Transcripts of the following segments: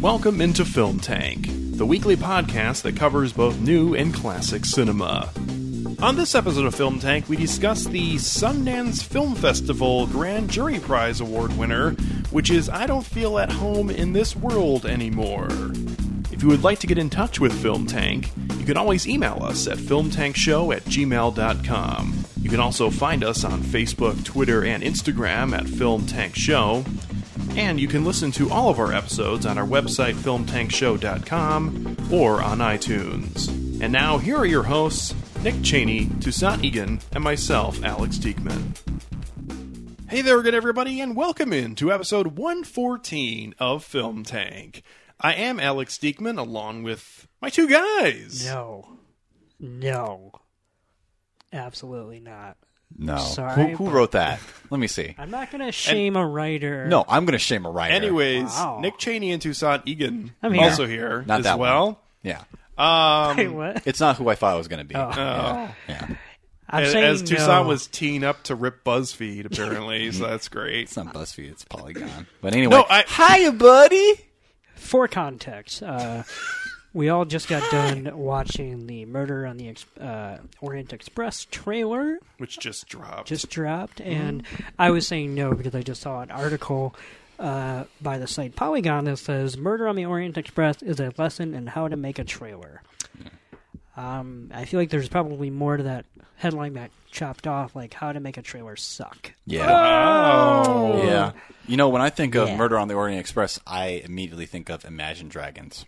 Welcome into Film Tank, the weekly podcast that covers both new and classic cinema. On this episode of Film Tank, we discuss the Sundance Film Festival Grand Jury Prize Award winner, which is I Don't Feel at Home in This World Anymore. If you would like to get in touch with Film Tank, you can always email us at filmtankshow at gmail.com. You can also find us on Facebook, Twitter, and Instagram at Film Tank Show. And you can listen to all of our episodes on our website, filmtankshow.com, or on iTunes. And now, here are your hosts, Nick Cheney, Toussaint Egan, and myself, Alex Diekman. Hey there again, everybody, and welcome in to episode 114 of Film Tank. I am Alex Diekman, along with my two guys. No. No. Absolutely not. No. Sorry, who who but- wrote that? Let me see. I'm not going to shame a writer. No, I'm going to shame a writer. Anyways, Wow. Nick Cheney and Toussaint Egan I'm here. also here Not as that one. well. Yeah. Um, Wait, what? It's not who I thought it was going to be. Oh. Yeah. Yeah. I'm as, saying as Tucson no. was teeing up to rip BuzzFeed, apparently, so that's great. It's not BuzzFeed, it's Polygon. But anyway. No, I Hiya, buddy. for context. Uh, we all just got done watching the Murder on the Ex- uh, Orient Express trailer which just dropped. just dropped, and I was saying no because I just saw an article uh, by the site Polygon that says Murder on the Orient Express is a lesson in how to make a trailer. Um, I feel like there's probably more to that headline that chopped off, like how to make a trailer suck. Yeah. oh, Yeah. You know, when I think of Yeah. Murder on the Orient Express, I immediately think of Imagine Dragons.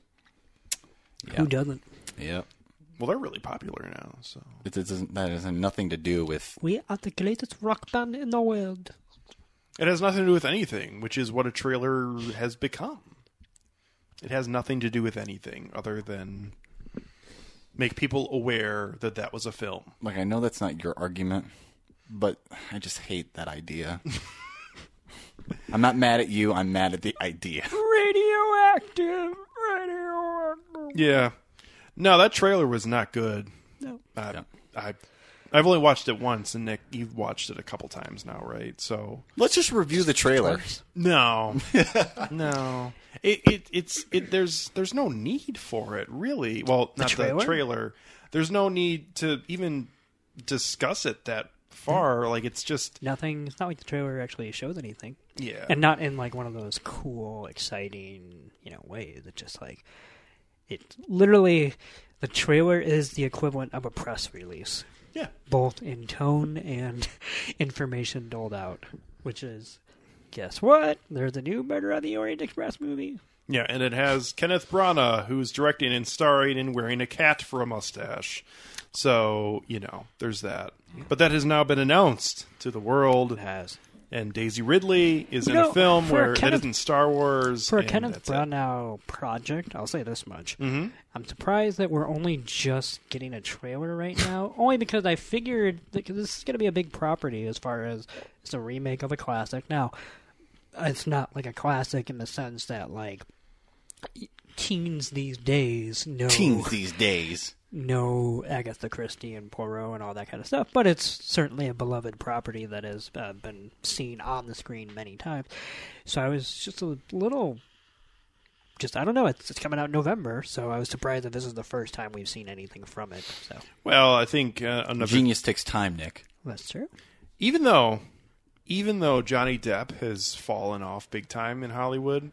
Yeah. Who doesn't? Yep. well, they're really popular now. So It, it doesn't, that has nothing to do with. We are the greatest rock band in the world. it has nothing to do with anything, which is what a trailer has become. It has nothing to do with anything other than make people aware that that was a film. Like, I know that's not your argument, but I just hate that idea. I'm not mad at you, I'm mad at the idea. Radioactive, radioactive. Yeah. No, that trailer was not good. No. I, Yeah. I, I've only watched it once, and Nick, you've watched it a couple times now, right? So Let's just review the trailer. No, no. It, it it's it. There's there's no need for it, really. Well, not trailer? the trailer. There's no need to even discuss it that Mm. far. Like it's just Nothing. It's not like the trailer actually shows anything, yeah. and not in like one of those cool, exciting, you know, ways. It's just like it literally. The trailer is the equivalent of a press release, yeah. both in tone and information doled out, which is. Guess what? There's a new Murder on the Orient Express movie. Yeah, and it has Kenneth Branagh, who's directing and starring and wearing a cat for a mustache. So, you know, there's that. But that has now been announced to the world. It has. And Daisy Ridley is You in know, a film for a where that Kenneth- isn't Star Wars. For a and Kenneth that's it. Mm-hmm. Branagh project, I'll say this much. I'm surprised that we're only just getting a trailer right now, only because I figured that 'cause this is going to be a big property as far as it's a remake of a classic. Now, it's not like a classic in the sense that, like, teens these days know Teens these days. know Agatha Christie and Poirot and all that kind of stuff, but it's certainly a beloved property that has uh, been seen on the screen many times. So I was just a little, just I don't know. It's, it's coming out in November, so I was surprised that this is the first time we've seen anything from it. So Well, I think uh, another Genius takes time, Nick. that's true. even though even though Johnny Depp has fallen off big time in Hollywood,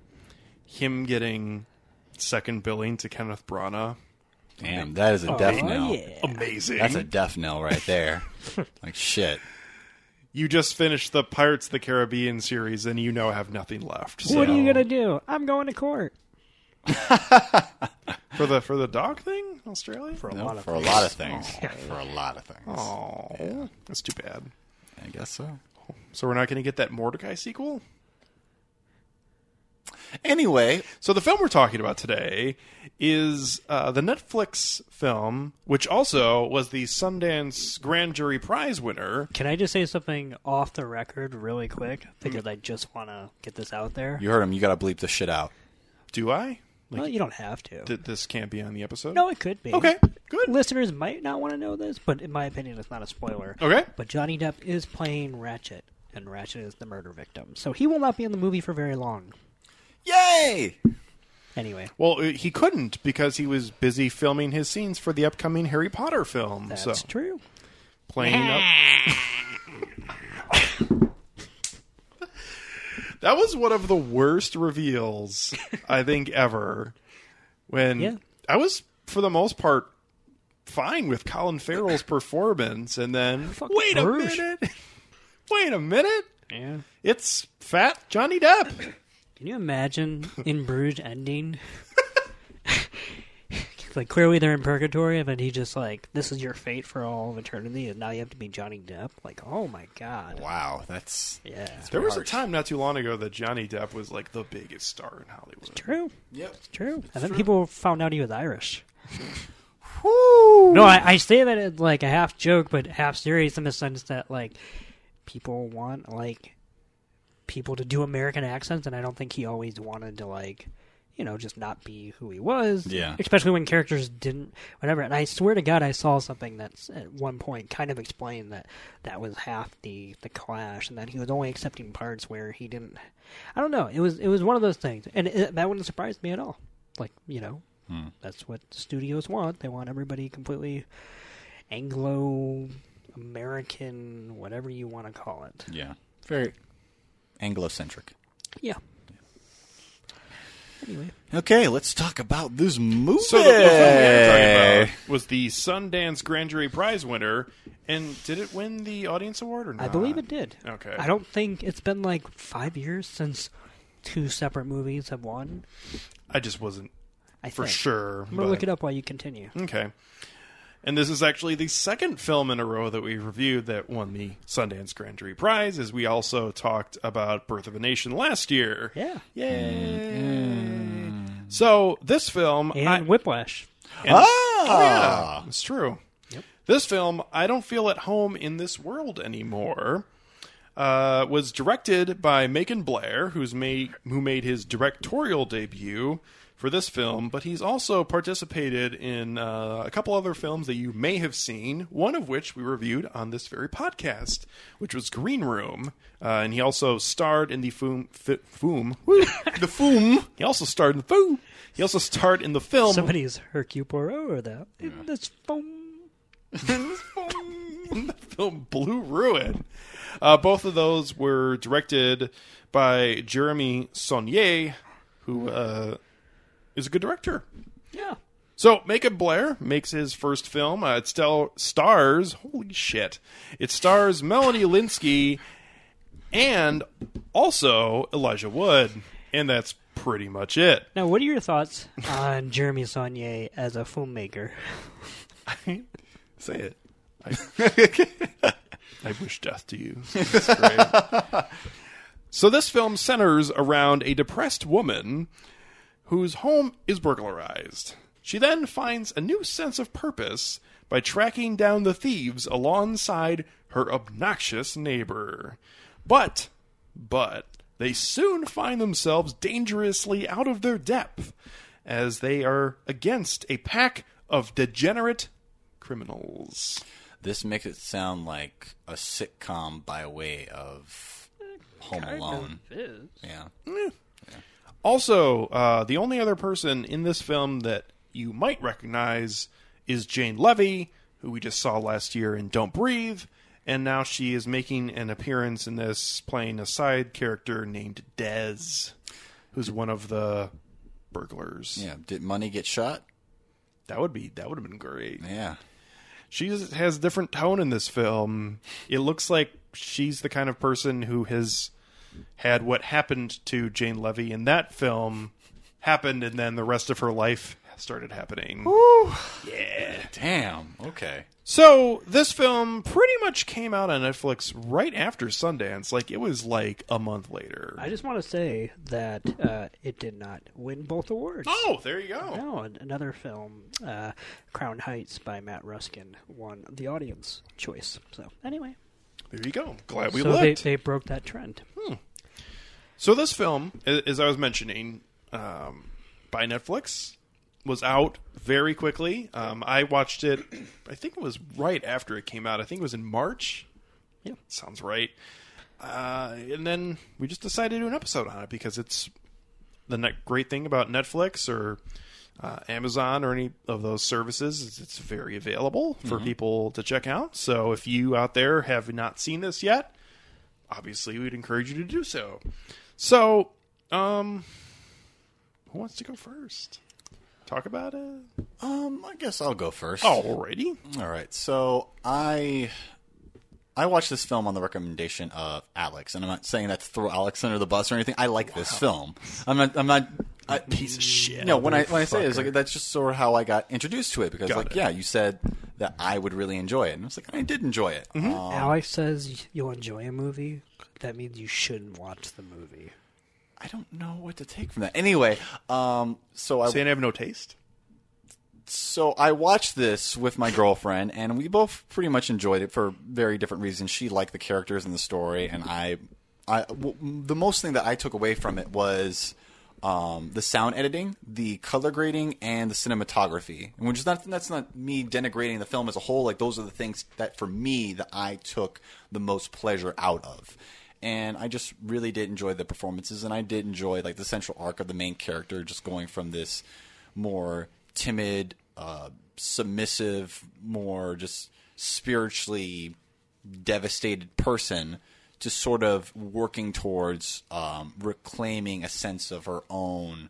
him getting second billing to Kenneth Branagh, Damn, that is a death Oh, knell. amazing. That's a death knell right there. like shit. you just finished the Pirates of the Caribbean series and you now have nothing left. So What are you gonna do? I'm going to court. for the for the dog thing, Australia? For No, for a lot of things. For a lot of things. That's too bad. I guess so. So we're not going to get that Mordecai sequel. Anyway, So the film we're talking about today is uh, the Netflix film, which also was the Sundance Grand Jury Prize winner. Can I just say something off the record really quick? Mm-hmm. Because I just want to get this out there. you heard him. You got to bleep this shit out. Do I? Like, Well, you don't have to. th- this can't be on the episode. No, it could be. Okay. Good. Listeners might not want to know this, but in my opinion, it's not a spoiler. Okay. But Johnny Depp is playing Ratchet, and Ratchet is the murder victim. So he will not be in the movie for very long. Yay! Anyway, Well, uh, he couldn't because he was busy filming his scenes for the upcoming Harry Potter film. that's so true. playing up. that was one of the worst reveals I think ever. When Yeah. I was, for the most part, fine with Colin Farrell's performance, and then Fucking wait a Bruges. minute, wait a minute, Yeah. it's fat Johnny Depp. Can you imagine in Bruges ending? like clearly they're in purgatory, and then he just like this is your fate for all of eternity, and now you have to be Johnny Depp. Like, oh my god. Wow, that's Yeah. There was a Harsh. time not too long ago that Johnny Depp was like the biggest star in Hollywood. True. yep. True. And then people found out he was Irish. Woo! No, I, I say that as like a half joke, but half serious in the sense that like people want like people to do American accents, and I don't think he always wanted to like you know just not be who he was. Yeah. Especially when characters didn't whatever. And I swear to God, I saw something that's at one point kind of explained that that was half the the clash, and that he was only accepting parts where he didn't. I don't know. It was it was one of those things, and it, that wouldn't surprise me at all. Like you know. That's what studios want. They want everybody completely Anglo American, whatever you want to call it. Yeah, very Anglocentric. Yeah. Anyway, Okay, let's talk about this movie. So the, the film we were talking about was the Sundance Grand Jury Prize winner, and did it win the audience award or not? I believe it did. Uh, Okay. I don't think it's been like five years since two separate movies have won. I just wasn't I for think. sure. I'm gonna but- look it up while you continue. Okay. And this is actually the second film in a row that we reviewed that won the Sundance Grand Jury Prize, as we also talked about Birth of a Nation last year. Yeah. Mm-hmm. Yay. So this film, And I- Whiplash. Ah, yeah, it's true. This film, I don't feel at home in this world anymore. Uh, was directed by Macon Blair, who's made who made his directorial debut for this film, but he's also participated in uh, a couple other films that you may have seen. One of which we reviewed on this very podcast, which was Green Room, uh, and he also starred in the Foom, fi, Foom, Woo! the Foom. He also starred in the Foom. He also starred in the film. Somebody's Hercule Poirot or that. In this phone. in the film Blue Ruin. Uh, both of those were directed by Jeremy Saunier, who uh, is a good director. Yeah. So, Macon Blair makes his first film. Uh, it still stars, holy shit, it stars Melanie Linsky and also Elijah Wood. And that's pretty much it. Now, what are your thoughts on Jeremy Saunier as a filmmaker? Say it. I, I wish death to you. That's great. so this film centers around a depressed woman whose home is burglarized. She then finds a new sense of purpose by tracking down the thieves alongside her obnoxious neighbor. But, but, they soon find themselves dangerously out of their depth as they are against a pack of degenerate criminals. this makes it sound like a sitcom by way of Home Alone. Yeah, Also, uh, the only other person in this film that you might recognize is Jane Levy, who we just saw last year in Don't Breathe, and now she is making an appearance in this, playing a side character named Dez, who's one of the burglars. yeah. Did money get shot? That would be that would have been great. Yeah. She just has a different tone in this film. It looks like she's the kind of person who has had what happened to Jane Levy in that film happened, and then the rest of her life started happening. Damn. Okay. So this film pretty much came out on Netflix right after Sundance. Like it was like a month later. I just want to say that uh, it did not win both awards. oh, there you go. No, an- another film, uh, Crown Heights by Matt Ruskin, won the audience choice. So anyway, There you go. Glad we so they, looked. they broke that trend. So this film, a- as I was mentioning, um, by Netflix, was out very quickly. Um, I watched it. I think it was right after it came out. I think it was in March. Yeah. sounds right. Uh, and then we just decided to do an episode on it because it's the net great thing about Netflix or uh, Amazon or any of those services is it's very available for people to check out. So if you out there have not seen this yet, obviously we'd encourage you to do so. So, um, who wants to go first? Talk about it. Um, I guess I'll go first. Alrighty. All right. So I I watched this film on the recommendation of Alex, and I'm not saying that to throw Alex under the bus or anything. I like this film. I'm not. I'm not. I, Piece of shit. no, when I when I say it, it's like that's just sort of how I got introduced to it because Got like it. yeah, you said that I would really enjoy it, and I was like I did enjoy it. Uh, Alex says you'll enjoy a movie. That means you shouldn't watch the movie. I don't know what to take from that. Anyway, um, so I Saying I have no taste. so I watched this with my girlfriend, and we both pretty much enjoyed it for very different reasons. She liked the characters and the story, and I, I w- the most thing that I took away from it was um, the sound editing, the color grading, and the cinematography. And which is not that's not me denigrating the film as a whole. Like those are the things that for me that I took the most pleasure out of. And I just really did enjoy the performances, and I did enjoy like the central arc of the main character, just going from this more timid, uh, submissive, more just spiritually devastated person to sort of working towards um, reclaiming a sense of her own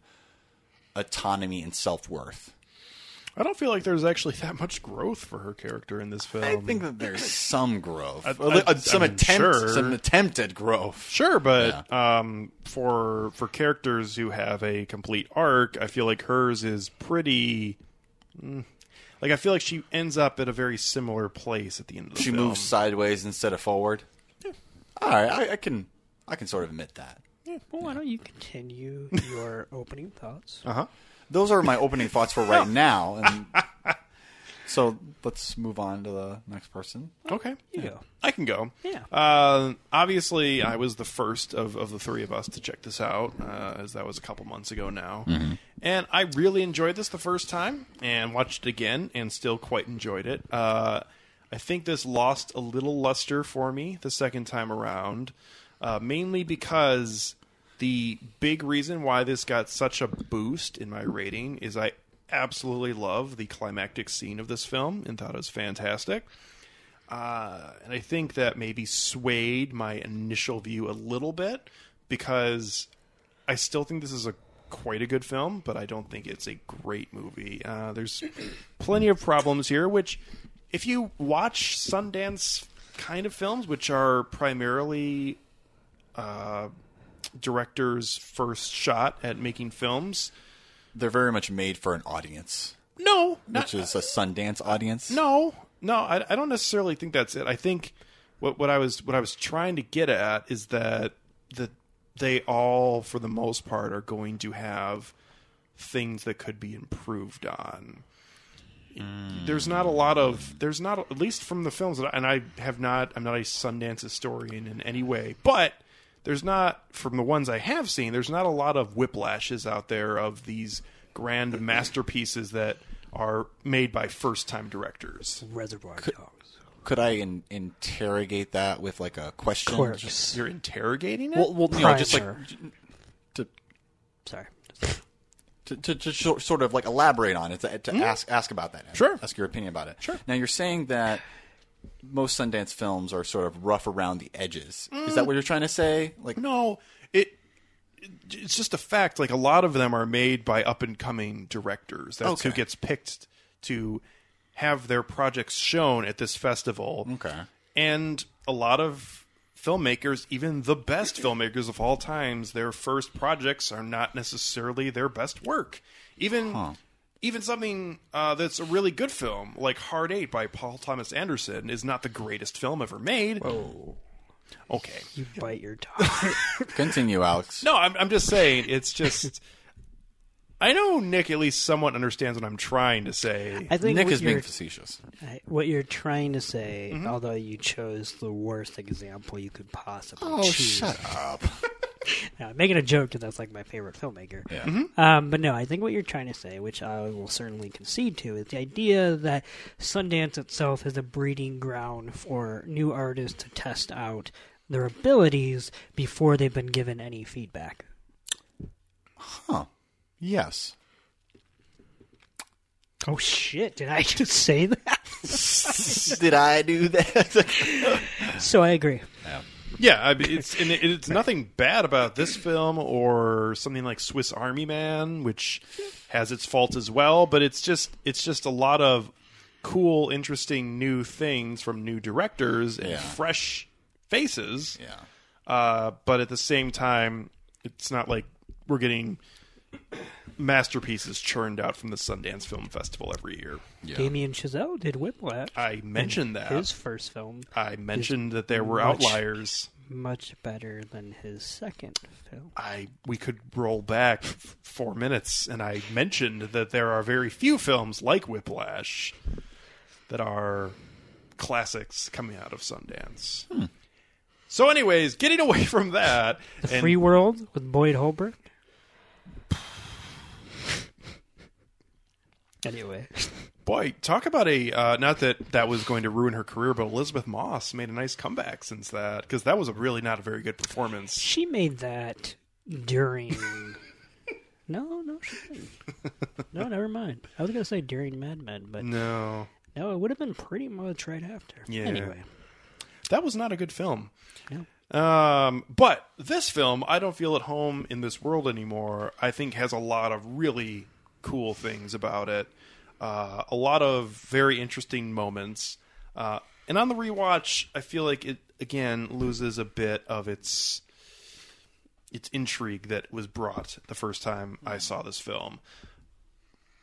autonomy and self worth. I don't feel like there's actually that much growth for her character in this film. I think that there's some growth, I- Well, uh, I- some I mean, attempt, sure. some attempt at growth. Sure, but um, for for characters who have a complete arc, I feel like hers is pretty. mm, like I feel like she ends up at a very similar place at the end of the She film. moves sideways instead of forward. All right, I, I can, I can sort of admit that. Well, why don't you continue your opening thoughts? Uh-huh. Those are my opening thoughts for right now. And so let's move on to the next person. Okay, You go. I can go. Yeah. Uh, obviously, I was the first of, of the three of us to check this out, uh, as that was a couple months ago now. And I really enjoyed this the first time and watched it again and still quite enjoyed it. Uh, I think this lost a little luster for me the second time around, uh, mainly because the big reason why this got such a boost in my rating is I absolutely love the climactic scene of this film and thought it was fantastic. Uh, and I think that maybe swayed my initial view a little bit because I still think this is a quite a good film, but I don't think it's a great movie. Uh, there's plenty of problems here, which if you watch Sundance kind of films, which are primarily uh, directors' first shot at making films, They're very much made for an audience, no, not, which is a Sundance audience. No, no, I, I don't necessarily think that's it. I think what what I was what I was trying to get at is that that they all, for the most part, are going to have things that could be improved on. There's not a lot of there's not at least from the films that I, and I have not I'm not a Sundance historian in any way, but there's not from the ones I have seen there's not a lot of whiplashes out there of these grand masterpieces that are made by first time directors. Reservoir Dogs. Could I in- interrogate that with like a question? Just- Course. You're interrogating it. well, well, you know, just like Primer. to Sorry. to, to, to sor- sort of like elaborate on it to, to ask ask about that. Mm-hmm. Sure. ask your opinion about it. Sure. Now you're saying that most Sundance films are sort of rough around the edges. Is that what you're trying to say? Like Mm. no, it it's just a fact. Like a lot of them are made by up and coming directors. That's who Okay. gets picked to have their projects shown at this festival. okay, and a lot of filmmakers even the best filmmakers of all times their first projects are not necessarily their best work even even something uh, that's a really good film, like Hard Eight by Paul Thomas Anderson, is not the greatest film ever made. Okay. You bite your tongue. Continue, Alex. No, I'm, I'm just saying, it's just. I know Nick at least somewhat understands what I'm trying to say. I think Nick what is being Mm-hmm. you're- facetious. I- what you're trying to say, although you chose the worst example you could possibly Oh, choose. up. Now, I'm making a joke because that's like my favorite filmmaker. Yeah. Um, but no, I think what you're trying to say, which I will certainly concede to, is the idea that Sundance itself is a breeding ground for new artists to test out their abilities before they've been given any feedback. Yes. Oh shit! Did I just say that? Did I do that? so I agree. Yeah, I mean, it's and it, it's nothing bad about this film or something like Swiss Army Man, which has its faults as well. But it's just it's just a lot of cool, interesting new things from new directors and Yeah. fresh faces. yeah. Uh, but at the same time, it's not like we're getting masterpieces churned out from the Sundance Film Festival every year. Yeah. Damien Chazelle did Whiplash. I mentioned that. His first film I mentioned that there were much- outliers. much better than his second film. I we could roll back f- four minutes, and I mentioned that there are very few films like Whiplash that are classics coming out of Sundance. Hmm. So, anyways, getting away from that, and Free World with Boyd Holbrook. anyway, boy, talk about a uh, not that that was going to ruin her career, but Elizabeth Moss made a nice comeback since that because that was a really not a very good performance. she made that during. no, no, she didn't. No, never mind. I was gonna say during Mad Men, but No, no, it would have been pretty much right after. Yeah. Anyway, that was not a good film. no. Um, but this film, I don't feel at home in this world anymore. I think has a lot of really cool things about it. Uh, a lot of very interesting moments. Uh, and on the rewatch, I feel like it again loses a bit of its its intrigue that was brought the first time I saw this film.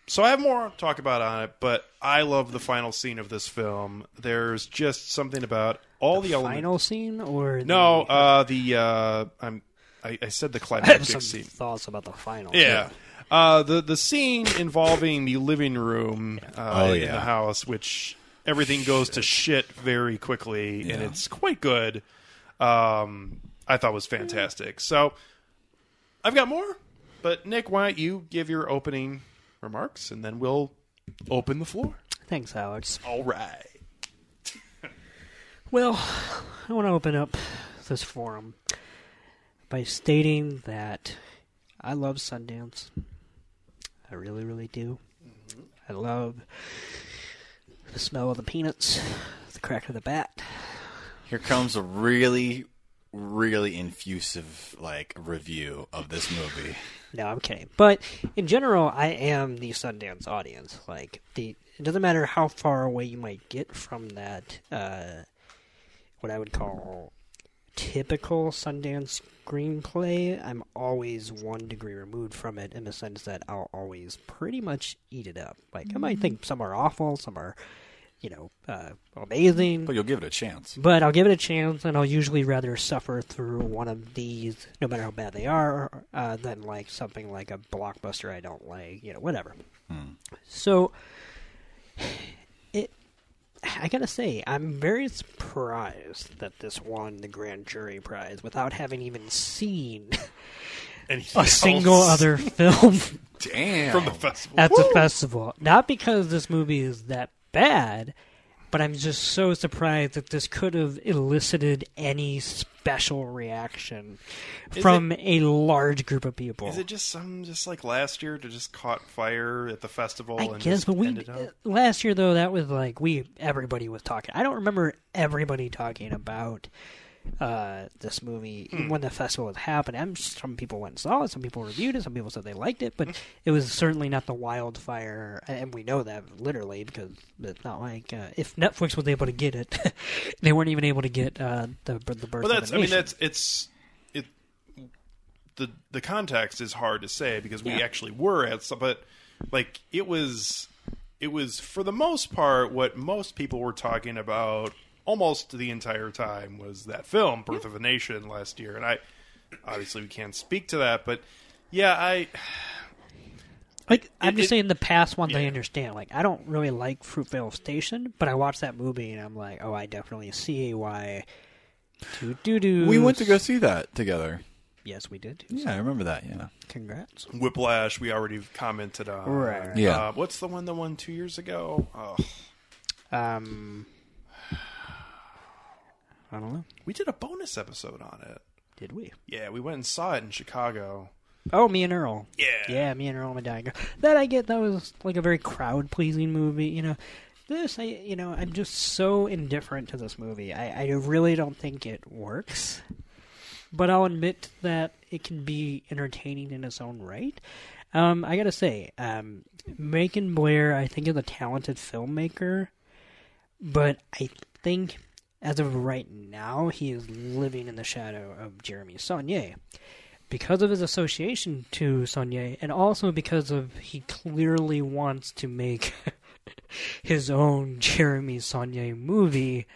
So I have more to talk about on it, but I love the final scene of this film. There's just something about all the, elements. final scene or No, the- uh, the uh, I'm I, I said the I have climactic some scene. thoughts about the final. Yeah. Uh, the the scene involving the living room uh, Oh, in yeah. the house, which everything goes to shit very quickly, and it's quite good. Um, I thought was fantastic. So I've got more, but Nick, why don't you give your opening remarks, and then we'll open the floor. Thanks, Alex. All right. Well, I want to open up this forum by stating that I love Sundance. I really, really do. I love the smell of the peanuts, the crack of the bat. Here comes a really, really infusive like review of this movie. No, I'm kidding. But in general, I am the Sundance audience. Like the, it doesn't matter how far away you might get from that, uh, what I would call typical Sundance screenplay. I'm always one degree removed from it in the sense that I'll always pretty much eat it up. Like I might think some are awful, some are, you know, uh, amazing. But you'll give it a chance. But I'll give it a chance, and I'll usually rather suffer through one of these, no matter how bad they are, uh, than like something like a blockbuster I don't like, you know, whatever. Hmm. So, it, I gotta say, I'm very surprised that this won the grand jury prize without having even seen Anything a single else other film Damn. from the festival. at the festival. Not because this movie is that bad, but I'm just so surprised that this could have elicited any special reaction from a large group of people. Is it just some just like last year to just caught fire at the festival? I and guess, just but we uh, ended up? last year though that was like we everybody was talking. I don't remember everybody talking about uh, this movie Hmm. when the festival was happening. I'm, some people went and saw it, some people reviewed it, some people said they liked it, Hmm. but it was certainly not the wildfire, and we know that literally because it's not like uh, if Netflix was able to get it, they weren't even able to get uh, the the birth. Well, of that's. the I mean, Nation. that's it's it. The the context is hard to say because we Yeah. actually were at some, but like it was it was for the most part what most people were talking about almost the entire time was that film birth of a nation last year and i obviously we can't speak to that but yeah i Like I'm just it- saying, the past ones I yeah. understand. Like I don't really like Fruitvale Station, but I watched that movie and I'm like, oh, I definitely see why. Doo doo doo. We went to go see that together. Yes, we did. Yeah, I remember that. Yeah. Congrats. whiplash we already commented on Right. Yeah. Uh, what's the one the one two years ago oh, Um, I don't know. we did a bonus episode on it Did we? yeah we went and saw it in chicago Oh, me and Earl. Yeah. Yeah, me and Earl Madanga. That I get. That was like a very crowd pleasing movie. You know, this I you know I'm just so indifferent to this movie. I I really don't think it works. But I'll admit that it can be entertaining in its own right. Um, I gotta say, um, Macon Blair, I think, is a talented filmmaker, but I think as of right now, he is living in the shadow of Jeremy Saulnier because of his association to Sonia, and also because of he clearly wants to make his own Jeremy Sonia movie,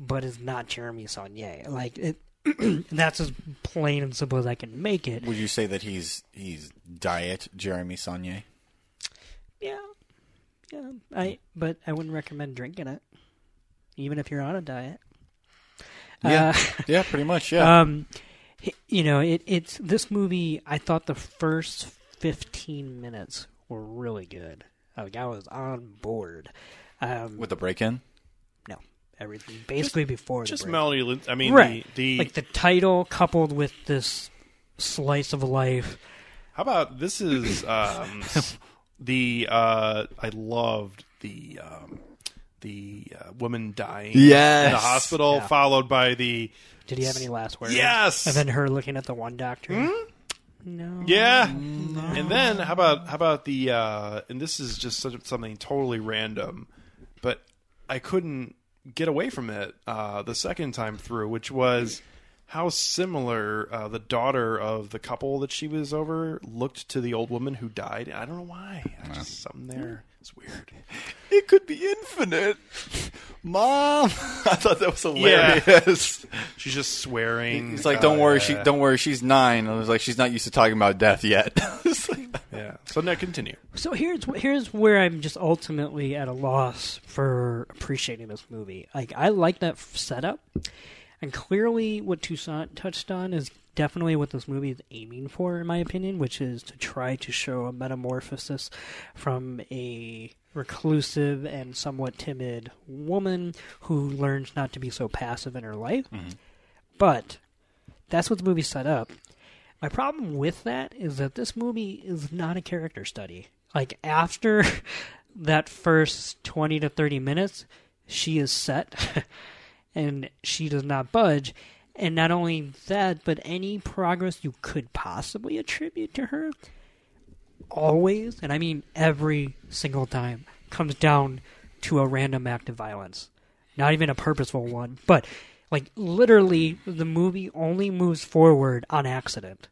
but is not Jeremy Sonia. Like it, that's as plain and simple as I can make it. Would you say that he's he's diet Jeremy Saunier? Yeah, yeah. I but I wouldn't recommend drinking it, even if you're on a diet. Yeah. Uh, yeah, pretty much. Yeah. um, h- you know, it, it's this movie. I thought the first fifteen minutes were really good. Like I was on board. Um, With the break in. no, everything basically before the just break. melody Lin- i mean right? the, the like the title coupled with this slice of life. How about this is um, the uh, I loved the um, the uh, woman dying Yes. in the hospital, Yeah. followed by the Did he have any last words? Yes! Hmm? And then her looking at the one doctor. No. yeah, and then how about how about the uh, and this is just such, something totally random, but I couldn't get away from it uh, the second time through, which was. How similar uh, the daughter of the couple that she was over looked to the old woman who died. I don't know why. I just something there. It's weird. It could be infinite. Mom, I thought that was hilarious. She's just swearing. He's like, "Don't Uh, worry, yeah. she don't worry, she's nine. I was like, "She's not used to talking about death yet." It's like- Yeah. So now continue. So here's wh- here's where I'm just ultimately at a loss for appreciating this movie. Like I like that f- setup, and clearly what Toussaint touched on is definitely what this movie is aiming for, in my opinion, which is to try to show a metamorphosis from a reclusive and somewhat timid woman who learns not to be so passive in her life. But that's what the movie's set up. My problem with that is that this movie is not a character study. Like after that first 20 to 30 minutes, she is set and she does not budge. And not only that, but any progress you could possibly attribute to her always, and I mean every single time, comes down to a random act of violence. Not even a purposeful one, but like literally the movie only moves forward on accident.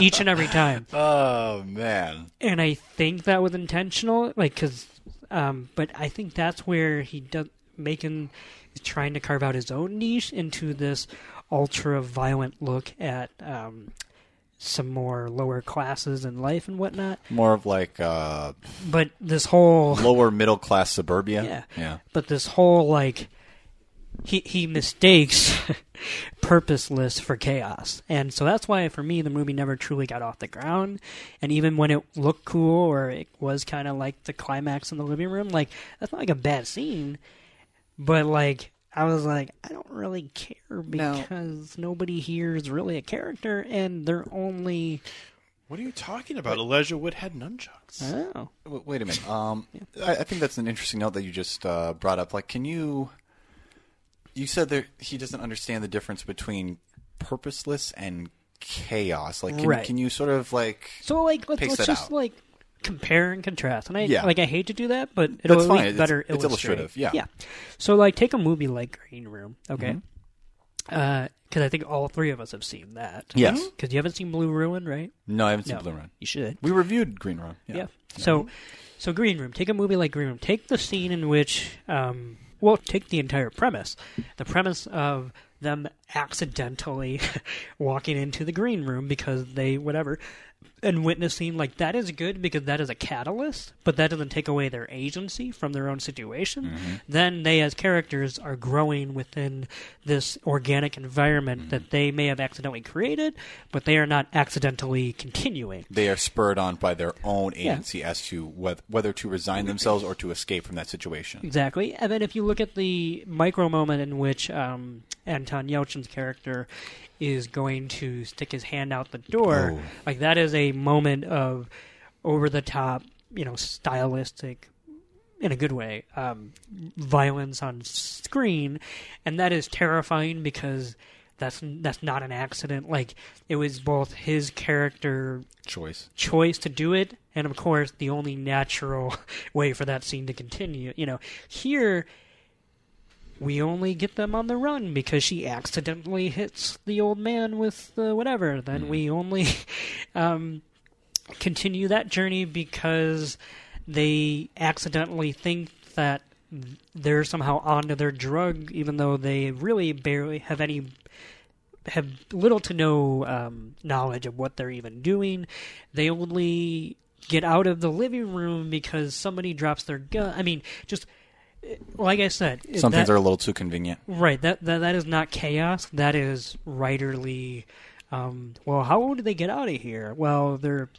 Each and every time. oh man, And I think that was intentional, like, cause, um, but I think that's where he does, Macon is trying to carve out his own niche into this ultra violent look at, um, some more lower classes in life and whatnot. more of like uh, But this whole lower middle class suburbia. yeah, yeah. But this whole like he he mistakes purposeless for chaos, and so that's why for me the movie never truly got off the ground. And even when it looked cool or it was kind of like the climax in the living room, like that's not like a bad scene, but like. I was like, I don't really care because nobody here is really a character, and they're only What are you talking about? Elijah Wood had nunchucks. oh, W- Wait a minute. Um, I, I think that's an interesting note that you just uh, brought up. Like, can you? You said that he doesn't understand the difference between purposeless and chaos. Like, can, Right. can you sort of like? So like let's, Pace let's that just out. like compare and contrast. And I Yeah. like I hate to do that, but it'll That's at fine. least It's- better it's illustrate. illustrative, yeah. Yeah. So like take a movie like Green Room, okay? because I think all three of us have seen that. Mm-hmm. Yes. Because you haven't seen Blue Ruin, right? No, I haven't seen No. Blue Run. You should. We reviewed Green Run. Yeah. So, so Green Room. Take a movie like Green Room. Take the scene in which, um, well, take the entire premise. The premise of them accidentally walking into the green room because they whatever and witnessing like that is good because that is a catalyst but that doesn't take away their agency from their own situation then they as characters are growing within this organic environment that they may have accidentally created but they are not accidentally continuing They are spurred on by their own agency as to whether, whether to resign themselves or to escape from that situation. Exactly. And then if you look at the micro moment in which um, Anton Yelchin's character is going to stick his hand out the door, Oh. like that is a moment of over the top, you know, stylistic, in a good way, um, violence on screen, and that is terrifying because. That's that's not an accident. Like it was both his character Choice. choice to do it and of course the only natural way for that scene to continue you know here we only get them on the run because she accidentally hits the old man with the whatever then we only um, continue that journey because they accidentally think that they're somehow onto their drug even though they really barely have any have little to no um, knowledge of what they're even doing. They only get out of the living room because somebody drops their gun. I mean, just eh, like I said, eh, Some things that- are a little too convenient. right. That, that that is not chaos. That is writerly. Um, well, how do they get out of here? Well, they're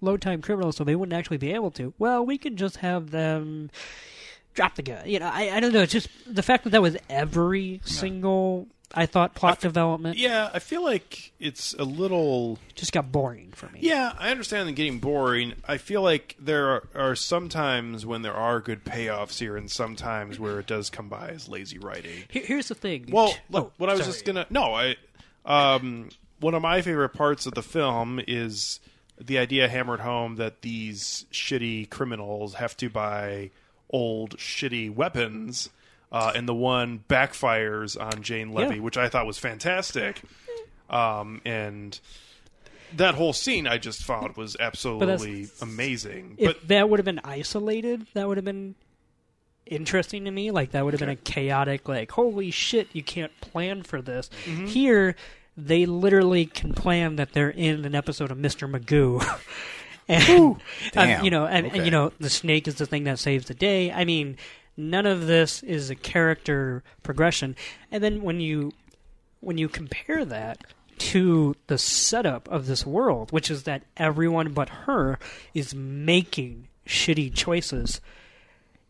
low time criminals, so they wouldn't actually be able to. Well, we could just have them drop the gun. You know, I, I don't know. It's just the fact that that was every single. I thought plot development Yeah, I feel like it's a little. just got boring for me. Yeah, I understand it getting boring. I feel like there are, are some times when there are good payoffs here, and sometimes where it does come by as lazy writing. Here- here's the thing. Well, Oh, look, what I was sorry. just gonna no, I um, one of my favorite parts of the film is the idea hammered home that these shitty criminals have to buy old shitty weapons, uh, and the one backfires on Jane Levy, Yeah. which I thought was fantastic, um, and. That whole scene I just found was absolutely amazing. If But that would have been isolated, that would have been interesting to me. Like that would have been a chaotic, like holy shit, you can't plan for this. Mm-hmm. Here, they literally can plan that they're in an episode of Mister Magoo. And, Damn. um, you know, and, and, Okay. you know, the snake is the thing that saves the day. I mean, none of this is a character progression. And then when you when you compare that to the setup of this world, which is that everyone but her is making shitty choices.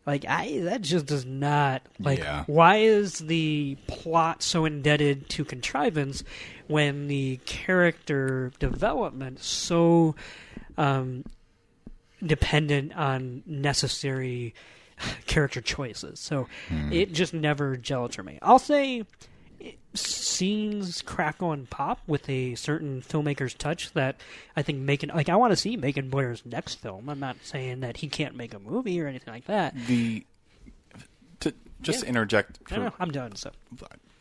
Like I, that just does not like. Yeah. Why is the plot so indebted to contrivance when the character development so um, dependent on necessary character choices? So it just never gelled for me. I'll say scenes crackle and pop with a certain filmmaker's touch that I think Macon like I want to see Macon Blair's next film. I'm not saying that he can't make a movie or anything like that. The to just to interject. I For, don't know. I'm done. So,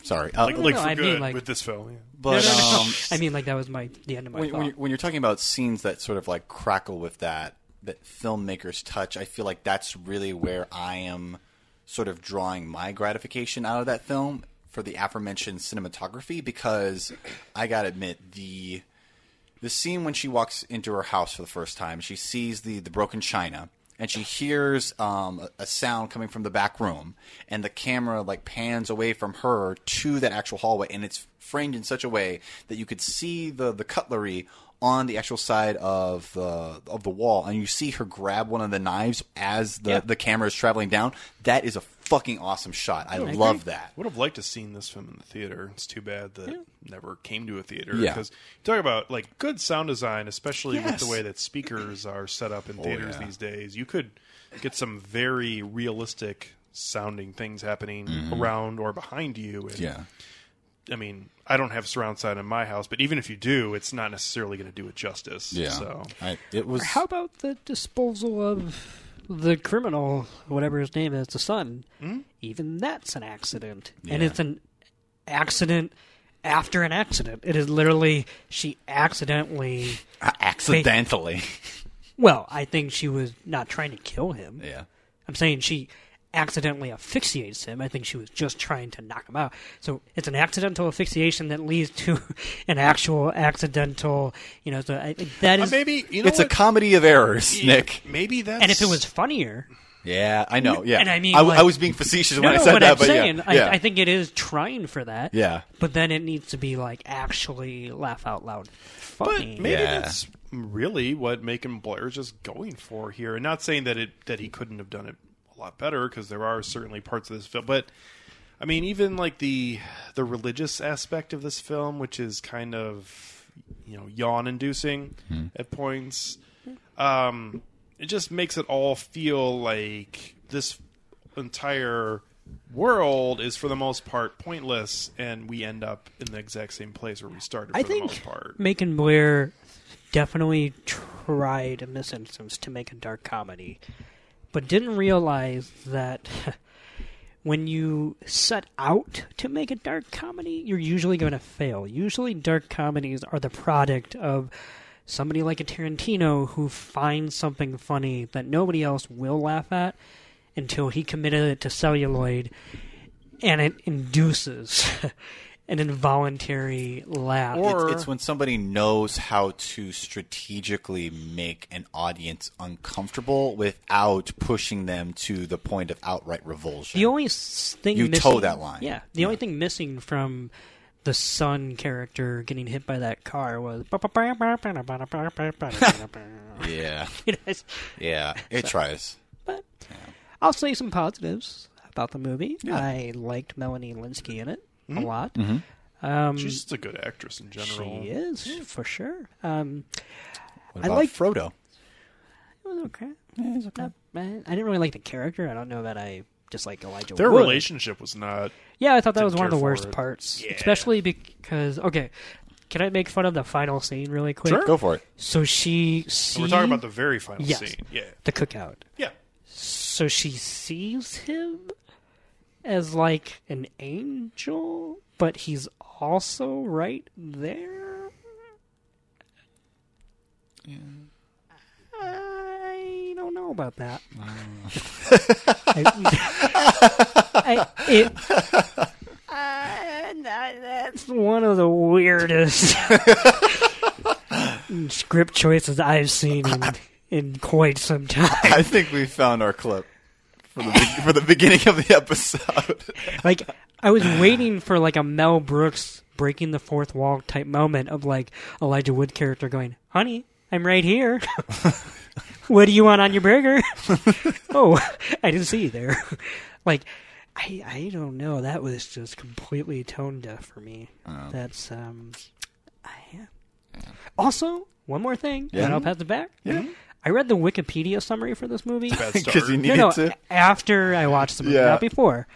Sorry, uh, like, no, like no, for I mean, good like- with this film, yeah. but No, no, no. um, I mean, like that was my the end of my when, thought. when, you're, when you're talking about scenes that sort of like crackle with that that filmmaker's touch, I feel like that's really where I am sort of drawing my gratification out of that film for the aforementioned cinematography because I gotta admit the the scene when she walks into her house for the first time, she sees the the broken china and she hears um, a- a sound coming from the back room and the camera like pans away from her to that actual hallway and it's framed in such a way that you could see the the cutlery on the actual side of the of the wall and you see her grab one of the knives as the Yeah. the camera is traveling down that is a fucking awesome shot i, love that Would have liked to seen this film in the theater. It's too bad that it never came to a theater. Yeah. Because talk about like good sound design, especially with Yes. Oh, the way that speakers are set up in theaters yeah. these days. You could get some very realistic sounding things happening Mm-hmm. around or behind you. And, I mean, I don't have surround sound in my house, but even if you do, it's not necessarily going to do it justice. So I, it was How about the disposal of the criminal, whatever his name Hmm? is, the son? Even that's an accident, and it's an accident after an accident. It is literally she accidentally. accidentally. Well, I think she was not trying to kill him. yeah. I'm saying she accidentally asphyxiates him. I think she was just trying to knock him out. So it's an accidental asphyxiation that leads to an actual accidental, you know. So I think that Uh, is, maybe you know it's a what? comedy of errors, Nick. Maybe that's and if it was funnier, Yeah, I know. Yeah, And I mean, I, w- like- I was being facetious no, when I no, said but that, I'm but saying yeah, I, yeah. I think it is trying for that. Yeah. But then it needs to be like actually laugh out loud But funny. maybe Yeah. that's really what Macon Blair is just going for here, and not saying that it that he couldn't have done it a lot better because there are certainly parts of this film, but I mean, even like the the religious aspect of this film, which is kind of you know yawn inducing at points, um, it just makes it all feel like this entire world is for the most part pointless and we end up in the exact same place where we started for I the most think part. Macon Blair definitely tried in this instance to make a dark comedy, but didn't realize that when you set out to make a dark comedy, you're usually going to fail. Usually, dark comedies are the product of somebody like a Tarantino who finds something funny that nobody else will laugh at until he committed it to celluloid and it induces an involuntary laugh. Or- It's, it's when somebody knows how to strategically make an audience uncomfortable without pushing them to the point of outright revulsion. The only s- thing You missing, toe that line. Yeah, the only thing missing from the son character getting hit by that car was. yeah, It is- yeah, it tries. but I'll say some positives about the movie. Yeah. I Mm-hmm. liked Melanie Linsky in it a lot. Um, She's just a good actress in general. She is for sure. Um, What I about like- Frodo. it was okay. Not bad. I didn't really like the character. I don't know that I dislike Elijah. Their Wood. relationship was not. Yeah, I thought that Didn't was one of care for the worst it. parts, Yeah. especially because okay, can I make fun of the final scene really quick? Sure. Go for it. So she sees We're talking about the very final Yes. scene. Yeah, the cookout. yeah. So she sees him as like an angel, but he's also right there. I don't know about that. I, I- it- I- that- that's one of the weirdest script choices I've seen in, in quite some time. I think we found our clip for the be- for the beginning of the episode. like I was waiting for like a Mel Brooks breaking the fourth wall type moment of like Elijah Wood character going, "Honey, I'm right here. what do you want on your burger?" oh, I didn't see you there. like I I don't know. That was just completely tone deaf for me. That's um, I am. Also, one more thing, and then I'll pass it back. Yeah. I read the Wikipedia summary for this movie Bad Because start. you no, need no. to. a- After I watched the movie, Yeah. not before.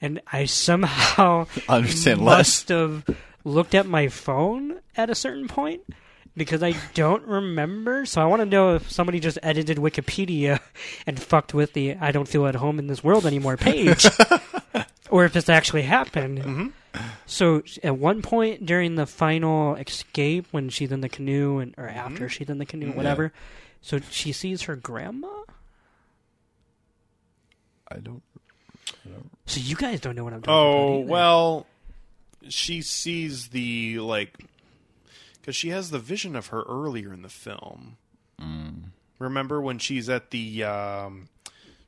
And I somehow Understand less. must have looked at my phone at a certain point because I don't remember. So I want to know if somebody just edited Wikipedia and fucked with the "I don't feel at home in this world anymore" page, or if this actually happened. Mm-hmm. So at one point during the final escape, when she's in the canoe, and or Mm-hmm. after she's in the Mm, canoe, whatever, so she sees her grandma. I don't. So you guys don't know what I'm talking about. Oh either. well, she sees the like because she has the vision of her earlier in the film. Mm. Remember when she's at the um,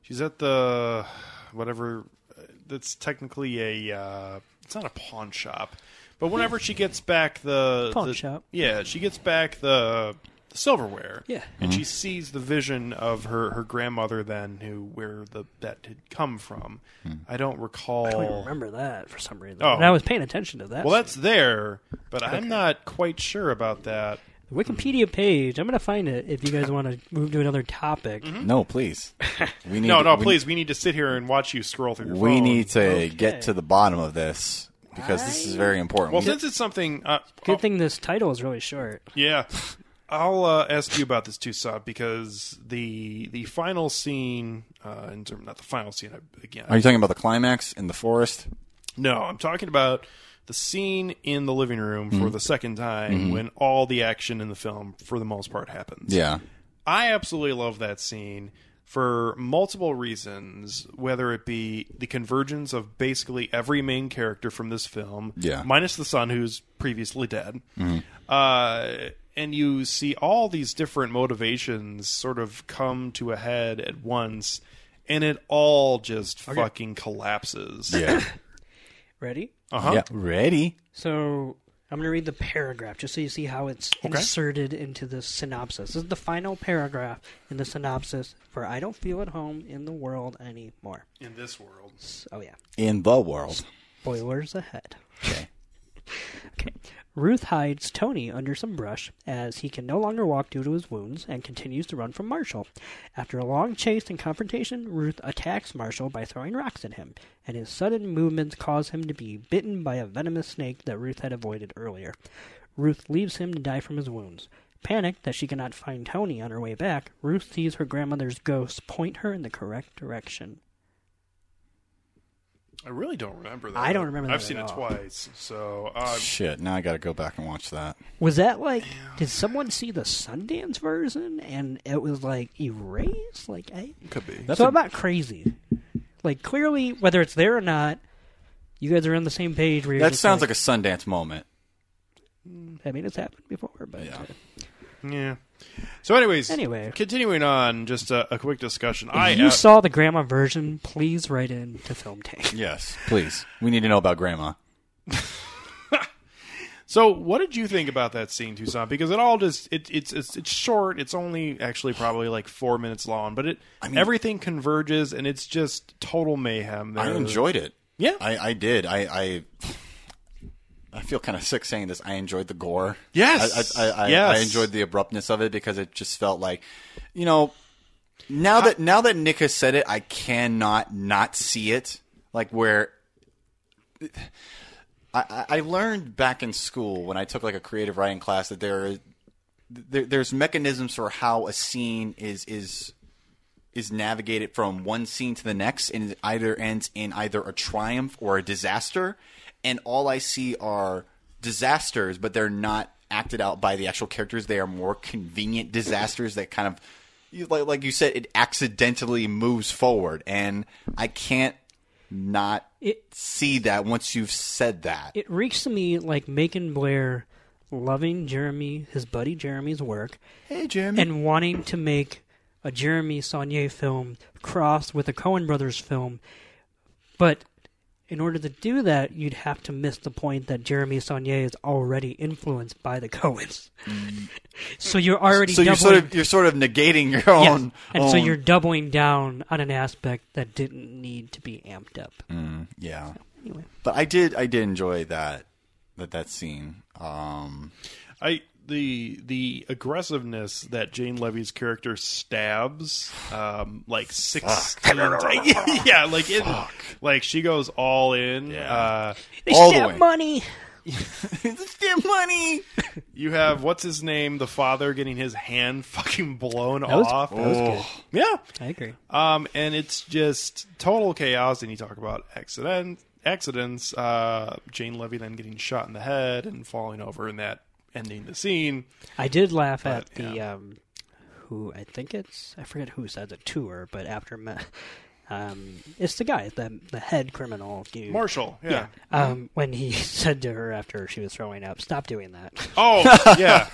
she's at the whatever uh, that's technically a uh, it's not a pawn shop, but whenever she gets back the Pawn the- shop. yeah, she gets back the, the silverware. Yeah. Mm-hmm. and she sees the vision of her her grandmother then who where the that had come from. I don't recall. Hmm. I don't remember that for some reason. Oh. And I was paying attention to that. Well, that's there, but I'm not quite sure about that. The Wikipedia page. I'm gonna find it if you guys want to move to another topic. Mm-hmm. No, please. We need. No, no, we- please. We need to sit here and watch you scroll through your We phone. need to get to the bottom of this because this is very important. Well, We- since it's something, uh, Good I'll- thing this title is really short. yeah, I'll uh, ask you about this too, Saab, because the the final scene, uh, in term, not the final scene I- again. Are you talking about the climax in the forest? no, I'm talking about the scene in the living room Mm-hmm. for the second time when all the action in the film, for the most part, happens. Yeah. I absolutely love that scene for multiple reasons, whether it be the convergence of basically every main character from this film, Yeah. Mm-hmm. minus the son who's previously dead. Uh, and you see all these different motivations sort of come to a head at once, and it all just fucking collapses. Yeah. Ready? Uh-huh. Yeah. Ready? So I'm going to read the paragraph just so you see how it's inserted into the synopsis. This is the final paragraph in the synopsis for I Don't Feel at Home in the World Anymore. In this world. S- Oh, yeah. In the world. Spoilers ahead. Okay. Okay. Ruth hides Tony under some brush as he can no longer walk due to his wounds and continues to run from Marshall. After a long chase and confrontation, Ruth attacks Marshall by throwing rocks at him, and his sudden movements cause him to be bitten by a venomous snake that Ruth had avoided earlier. Ruth leaves him to die from his wounds. Panicked that she cannot find Tony on her way back, Ruth sees her grandmother's ghost point her in the correct direction. I really don't remember that. I don't remember I've that seen at it all. twice. So uh, Shit. Now I got to go back and watch that. Was that like? Did someone see the Sundance version and it was like erased? Like, I, could be. That's so a- I'm not crazy. Like, clearly, whether it's there or not, you guys are on the same page. Where you're That just sounds like a Sundance moment. I mean, it's happened before, but Yeah. uh, Yeah. So, anyways, Anyway. continuing on, just a, a quick discussion. I if you uh, saw the grandma version, please write in to Film Tank. Yes. Please. We need to know about Grandma. so what did you think about that scene, Tucson? Because it all just it, it's it's it's short. It's only actually probably like four minutes long, but it everything converges and it's just total mayhem. There. I enjoyed it. Yeah. I, I did. I, I I feel kind of sick saying this. I enjoyed the gore. Yes. I, I, I, Yes. I enjoyed the abruptness of it because it just felt like, you know, now that now that Nick has said it, I cannot not see it. Like where. I, I I learned back in school when I took like a creative writing class that there, there there's mechanisms for how a scene is is is navigated from one scene to the next and it either ends in either a triumph or a disaster and all i see are disasters but they're not acted out by the actual characters they are more convenient disasters that kind of you- like, like you said it accidentally moves forward and i can't not It- see that once you've said that It reeks to me like Macon Blair loving Jeremy, his buddy Jeremy's work, hey jim and wanting to make a Jeremy Saunier film crossed with a Coen Brothers film, but in order to do that, you'd have to miss the point that Jeremy Saunier is already influenced by the Coens. so you're already so doubling, you're sort of you're sort of negating your Yes. own and so own- you're doubling down on an aspect that didn't need to be amped up. Mm. yeah Anyway, but i did i did enjoy that that that scene um I the the aggressiveness that Jane Levy's character stabs, um, like six, yeah, like it, like she goes all in. Yeah. Uh, they All the stab way. money. It's their money. you have what's his name, the father, getting his hand fucking blown was- off. that was good. Yeah, I agree. Um, and it's just total chaos. And you talk about accident accidents. Uh, Jane Levy then getting shot in the head and falling over, and that ending the scene. I did laugh at the um, who I think it's I forget who said the tour, but after me- um, it's the guy the the head criminal dude. Marshall, yeah. Um, when he said to her after she was throwing up, "Stop doing that." Oh, yeah.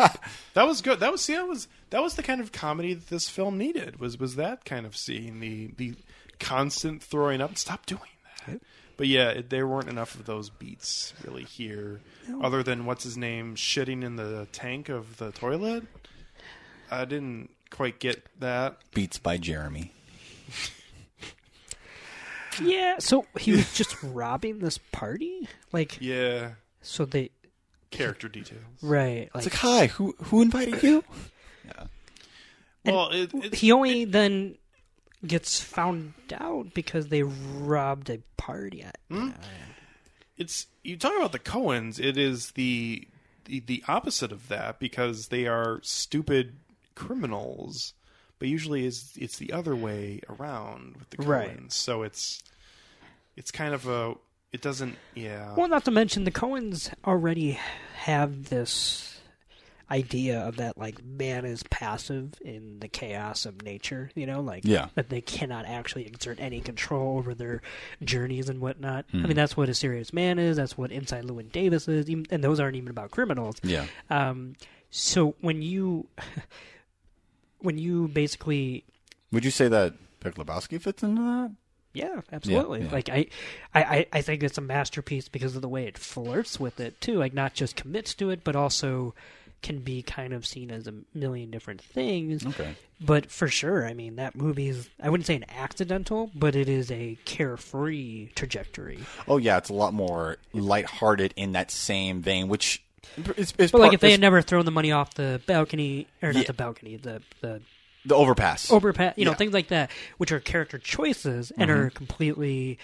that was good. That was see, that was that was the kind of comedy that this film needed. Was was that kind of scene the the constant throwing up? Stop doing that. But yeah, it, there weren't enough of those beats really here, other than what's his name shitting in the tank of the toilet. I didn't quite get that. Beats by Jeremy. yeah, so he was just robbing this party, like Yeah, so they character details. right like, It's like, hi, who who invited you? Well, it, it, he only then gets found out because they robbed a party. I- it's you talk about the Cohens. It is the, the the opposite of that because they are stupid criminals. But usually, is it's the other way around with the Cohens. Right. So it's it's kind of a It doesn't. Yeah. Well, not to mention the Coens already have this idea of that like man is passive in the chaos of nature, you know, like Yeah. that they cannot actually exert any control over their journeys and whatnot. I mean, that's what a serious man is. That's what Inside Llewyn Davis is, even, and those aren't even about criminals. Yeah. Um, so when you when you basically Would you say that Big Lebowski fits into that? Yeah, absolutely. yeah. Like I, I, I- I think it's a masterpiece because of the way it flirts with it too. Like not just commits to it, but also can be kind of seen as a million different things. Okay. But for sure, I mean that movie is. I wouldn't say an accidental, but it is a carefree trajectory. Oh yeah, it's a lot more lighthearted in that same vein, which is, is But part- like if they is had never thrown the money off the balcony, or not Yeah. the balcony, the the the overpass. overpass, you know, Yeah. Mm-hmm. things like that, which are character choices and are completely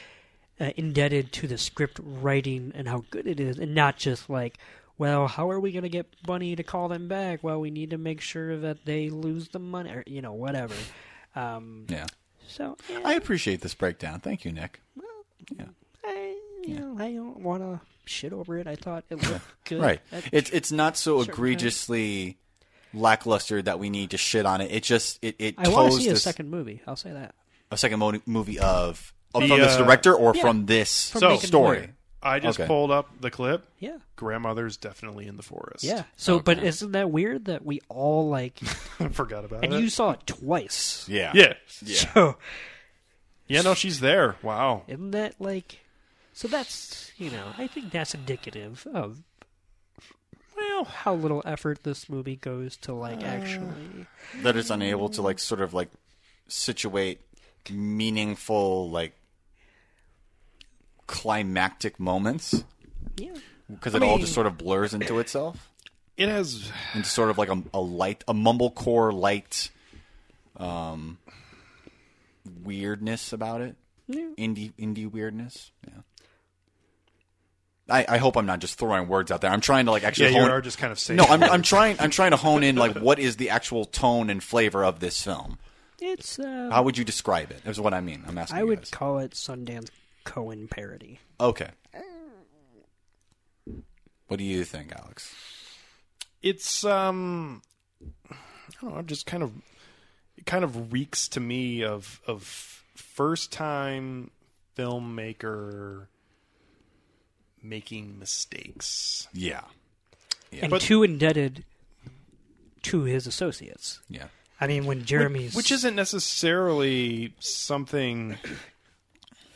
uh, indebted to the script writing and how good it is, and not just like, well, how are we going to get Bunny to call them back? Well, we need to make sure that they lose the money, or you know, whatever. Um, yeah, so yeah, I appreciate this breakdown. Thank you, Nick. I, you know, I don't want to shit over it. I thought it looked good. Right. That's- It's it's not so egregiously lackluster that we need to shit on it. It just it it I want toes to see a this- second movie. I'll say that. a second mo- movie of of- The, from this uh, director or yeah. from this From So- Lincoln story. Lawyer. I just Okay. pulled up the clip. Yeah. Grandmother's definitely in the forest. Yeah. So, but Okay. isn't that weird that we all like, I forgot about and it. you saw it twice? Yeah. yeah. Yeah. So, Yeah, no, she's there. Wow. Isn't that like? So that's you know I think that's indicative of Well, how little effort this movie goes to like actually. That it's unable to like sort of like situate meaningful like climactic moments Yeah, because it all just sort of blurs into itself it has. into sort of like a, a light a mumblecore light um weirdness about it yeah. indie indie weirdness. Yeah. I, I hope I'm not just throwing words out there. I'm trying to like Yeah, actually you hone. are just kind of saying. no, I'm I'm trying I'm trying to hone in like what is the actual tone and flavor of this film? It's uh, How would you describe it? Is what I mean. I'm asking. I you would guys. call it Sundance Cohen parody. Okay. What do you think, Alex? it's um I don't know, just kind of it kind of reeks to me of of first time filmmaker making mistakes. Yeah. and But- too indebted to his associates. Yeah. I mean, when Jeremy's Which isn't necessarily something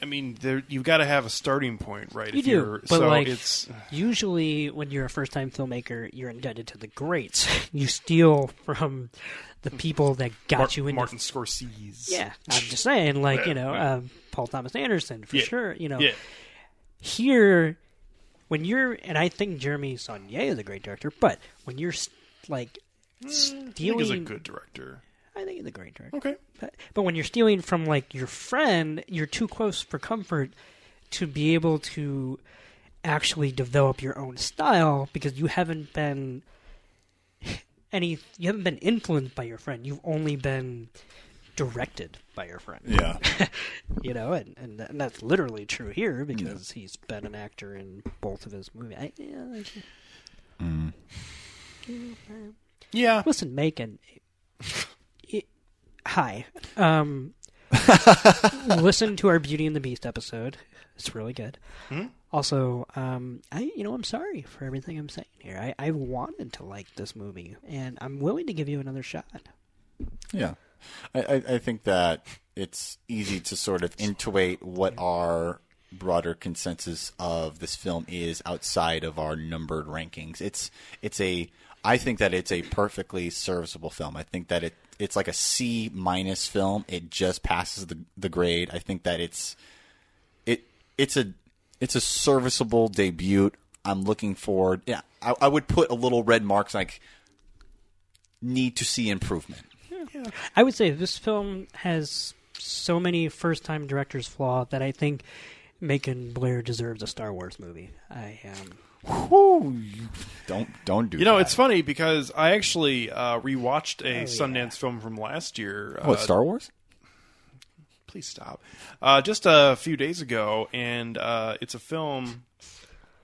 I mean, there you've got to have a starting point, right? you if do, you're, but so like it's usually when you're a first-time filmmaker, you're indebted to the greats. You steal from the people that got Mar- you into Martin Scorsese. Yeah, I'm just saying, like you know, um, Paul Thomas Anderson for Yeah. sure. You know, Yeah. here when you're, and I think Jeremy Saunier is a great director, but when you're s- like Mm, He stealing, was a good director. I think he's a great director. Okay. But, but when you're stealing from like your friend, you're too close for comfort to be able to actually develop your own style because you haven't been any you haven't been influenced by your friend. You've only been directed by your friend Yeah. you know, and, and, that, and that's literally true here because he's been an actor in both of his movies. I, yeah, like- Yeah. listen, Macon. it- hi. Um, listen to our Beauty and the Beast episode. It's really good. Also, um, I you know I'm sorry for everything I'm saying here. I, I wanted to like this movie, and I'm willing to give you another shot. Yeah. I, I, I think that it's easy to sort of intuit what our broader consensus of this film is outside of our numbered rankings. It's it's a I think that it's a perfectly serviceable film. I think that it it's like a C minus film. It just passes the the grade. I think that it's it it's a it's a serviceable debut. I'm looking forward. Yeah, I, I would put a little red marks like need to see improvement. I would say this film has so many first time director's flaw that I think Macon Blair deserves a Star Wars movie. I um Don't don't do. You know, that. it's funny because I Oh, actually uh, rewatched a Sundance film from last year. what uh, Star Wars. please stop. Uh, just a few days ago, and uh, it's a film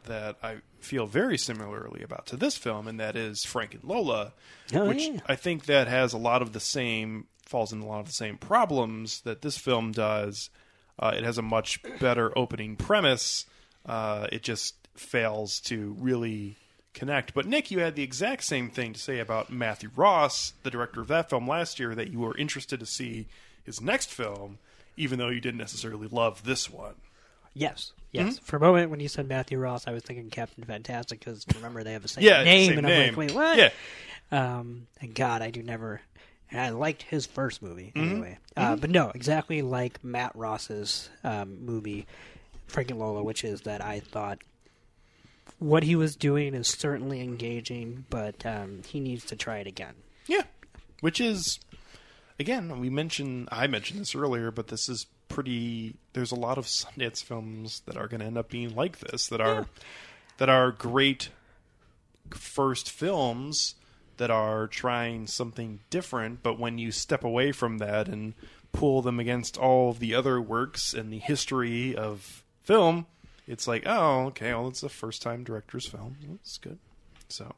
that I feel very similarly about to this film, and that is Frank and Lola, Oh, which yeah. I think that has a lot of the same falls in a lot of the same problems that this film does. Uh, it has a much better opening premise. Uh, it just fails to really connect. But Nick, you had the exact same thing to say about Matthew Ross, the director of that film last year, that you were interested to see his next film, even though you didn't necessarily love this one. Yes. Yes. Hmm? For a moment, when you said Matthew Ross, I was thinking Captain Fantastic because remember they have the same Yeah, name, same and name. I'm like, wait, what? Yeah, Um, and God, I do never. And I liked his first movie anyway. Uh, but no, exactly like Matt Ross's um, movie, Frank and Lola, which is that I thought what he was doing is certainly engaging, but um, he needs to try it again. Yeah. Which is again, we mentioned I mentioned this earlier, but this is pretty there's a lot of Sundance films that are gonna end up being like this that are that are great first films that are trying something different, but when you step away from that and pull them against all of the other works and the history of film, it's like, oh, okay, well, it's a first time director's film. That's good. So,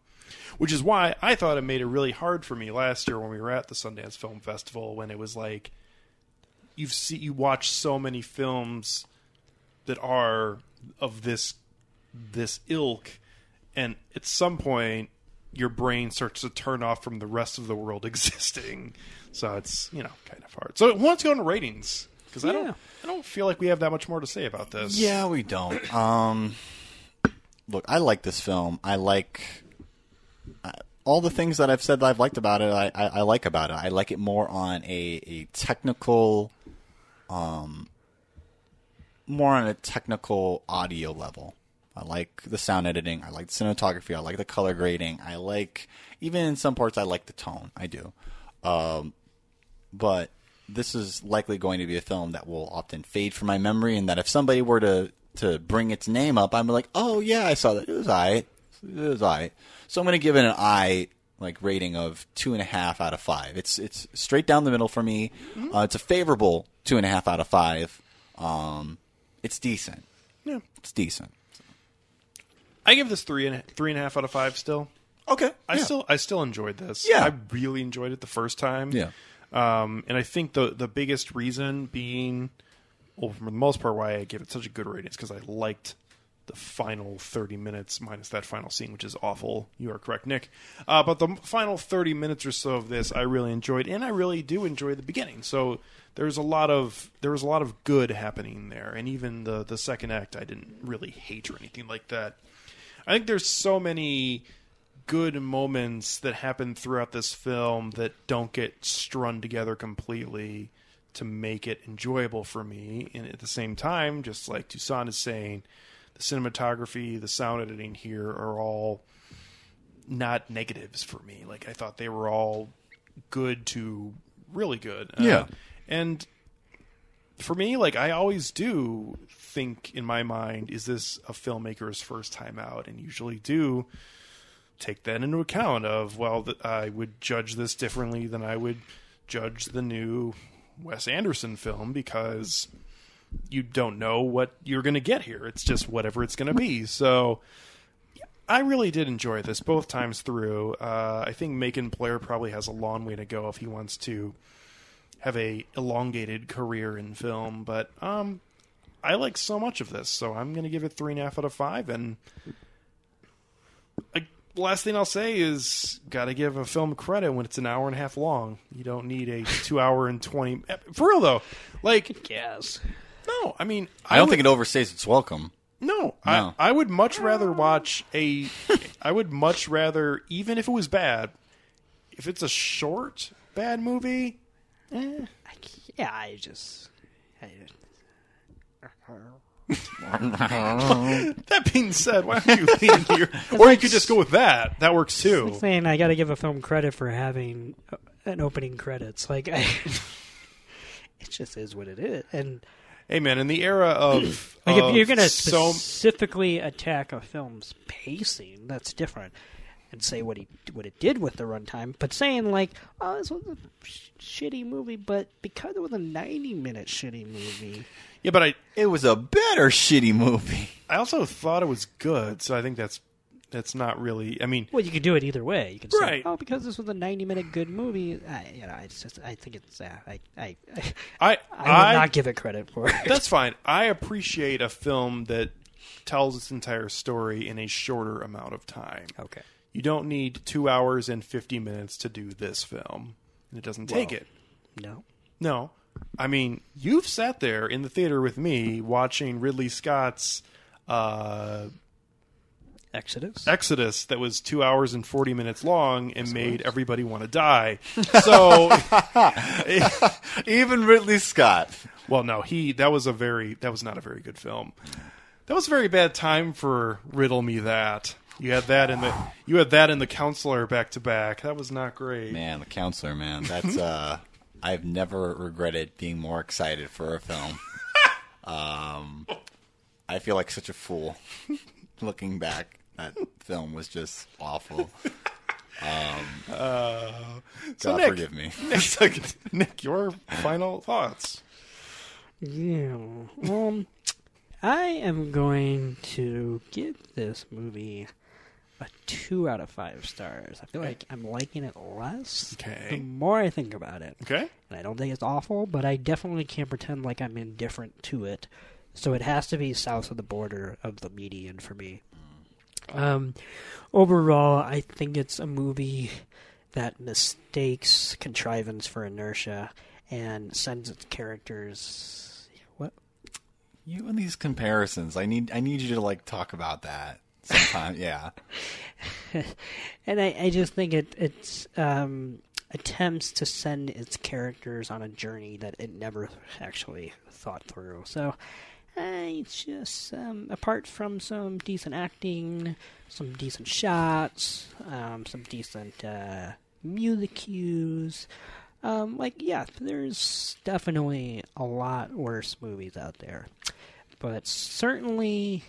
which is why I thought it made it really hard for me last year when we were at the Sundance Film Festival when it was like, you've see you watch so many films that are of this this ilk and at some point your brain starts to turn off from the rest of the world existing so it's you know kind of hard so let's go into ratings because i Yeah. don't i don't feel like we have that much more to say about this Yeah, we don't. Um, look, I like this film. I like I- all the things that I've said that I've liked about it. I, I, I like about it. I like it more on a, a technical, um, more on a technical audio level. I like the sound editing. I like the cinematography. I like the color grading. I like even in some parts. I like the tone. I do. Um, but this is likely going to be a film that will often fade from my memory, and that if somebody were to to bring its name up, I'm like, oh yeah, I saw that. It was alright. It was alright. So I'm going to give it an I like rating of two and a half out of five. It's it's straight down the middle for me. Uh, it's a favorable two and a half out of five. Um, it's decent. Yeah. It's decent. i give this three and a- three and a half out of five still Okay, I still I still enjoyed this. Yeah. I really enjoyed it the first time. Yeah. Um, and I think the the biggest reason being, well, for the most part, why I gave it such a good rating is because I liked the final thirty minutes minus that final scene, which is awful. You are correct, Nick. Uh, but the final thirty minutes or so of this, I really enjoyed, and I really do enjoy the beginning. So there's a lot of there was a lot of good happening there, and even the the second act, I didn't really hate or anything like that. I think there's so many good moments that happen throughout this film that don't get strung together completely to make it enjoyable for me. And at the same time, just like Tucson is saying, the cinematography, the sound editing here are all not negatives for me. Like I thought they were all good to really good. Uh, Yeah. and for me, like I always do think in my mind, is this a filmmaker's first time out? And usually do take that into account of well th- i would judge this differently than i would judge the new wes anderson film because you don't know what you're going to get here it's just whatever it's going to be so i really did enjoy this both times through uh, i think macon blair probably has a long way to go if he wants to have a elongated career in film but um, i like so much of this so i'm going to give it three and a half out of five and I, last thing I'll say is got to give a film credit when it's an hour and a half long. You don't need a two hour and 20. For real, though. Like, Yes. no, I mean, I don't would- think it overstays its welcome. no, No. I, I would much rather watch a. I would much rather, even if it was bad, if it's a short bad movie. I, c- yeah, I just. I, That being said, why don't you lean here? Or you could just go with that. That works too. saying I got to give a film credit for having uh, an opening credits. Like, I, it just is what it is. And Hey, man, in the era of. like, if of you're going to so specifically attack a film's pacing, that's different. and say what he what it did with the runtime, but saying like, "Oh, this was a sh- shitty movie," but because it was a ninety-minute shitty movie, Yeah, but I It was a better shitty movie. I also thought it was good, so I think that's that's not really. I mean, well, you could do it either way. You could say, Right. "Oh, because this was a ninety-minute good movie," I, you know, I just I think it's uh, I I I I, I I- will not give it credit for it. that's fine. I appreciate a film that tells its entire story in a shorter amount of time. okay. You don't need two hours and fifty minutes to do this film, and it doesn't take it. No. No. I mean, you've sat there in the theater with me watching Ridley Scott's uh, Exodus. Exodus that was two hours and 40 minutes long and made everybody want to die. So, Even Ridley Scott. well, no, he, that was a very, that was not a very good film. That was a very bad time for Riddle Me That. You had that in the, you had that in the counselor back to back. That was not great. Man, the counselor, man. That's uh I've never regretted being more excited for a film. Um I feel like such a fool looking back. That film was just awful. Um Uh, God Nick- forgive me. Nick, Nick, your final thoughts. Yeah. Um, I am going to give this movie a two out of five stars. I feel like I'm liking it less Okay. the more I think about it. Okay. And I don't think it's awful, but I definitely can't pretend like I'm indifferent to it. So it has to be south of the border of the median for me. Um, overall, I think it's a movie that mistakes contrivance for inertia and sends its characters. What? You and these comparisons. I need I need you to like talk about that sometime. yeah. And I, I just think it it's um, attempts to send its characters on a journey that it never actually thought through. So I just um, apart from some decent acting, some decent shots, um, some decent uh, music cues. Um, like yeah, there's definitely a lot worse movies out there, but certainly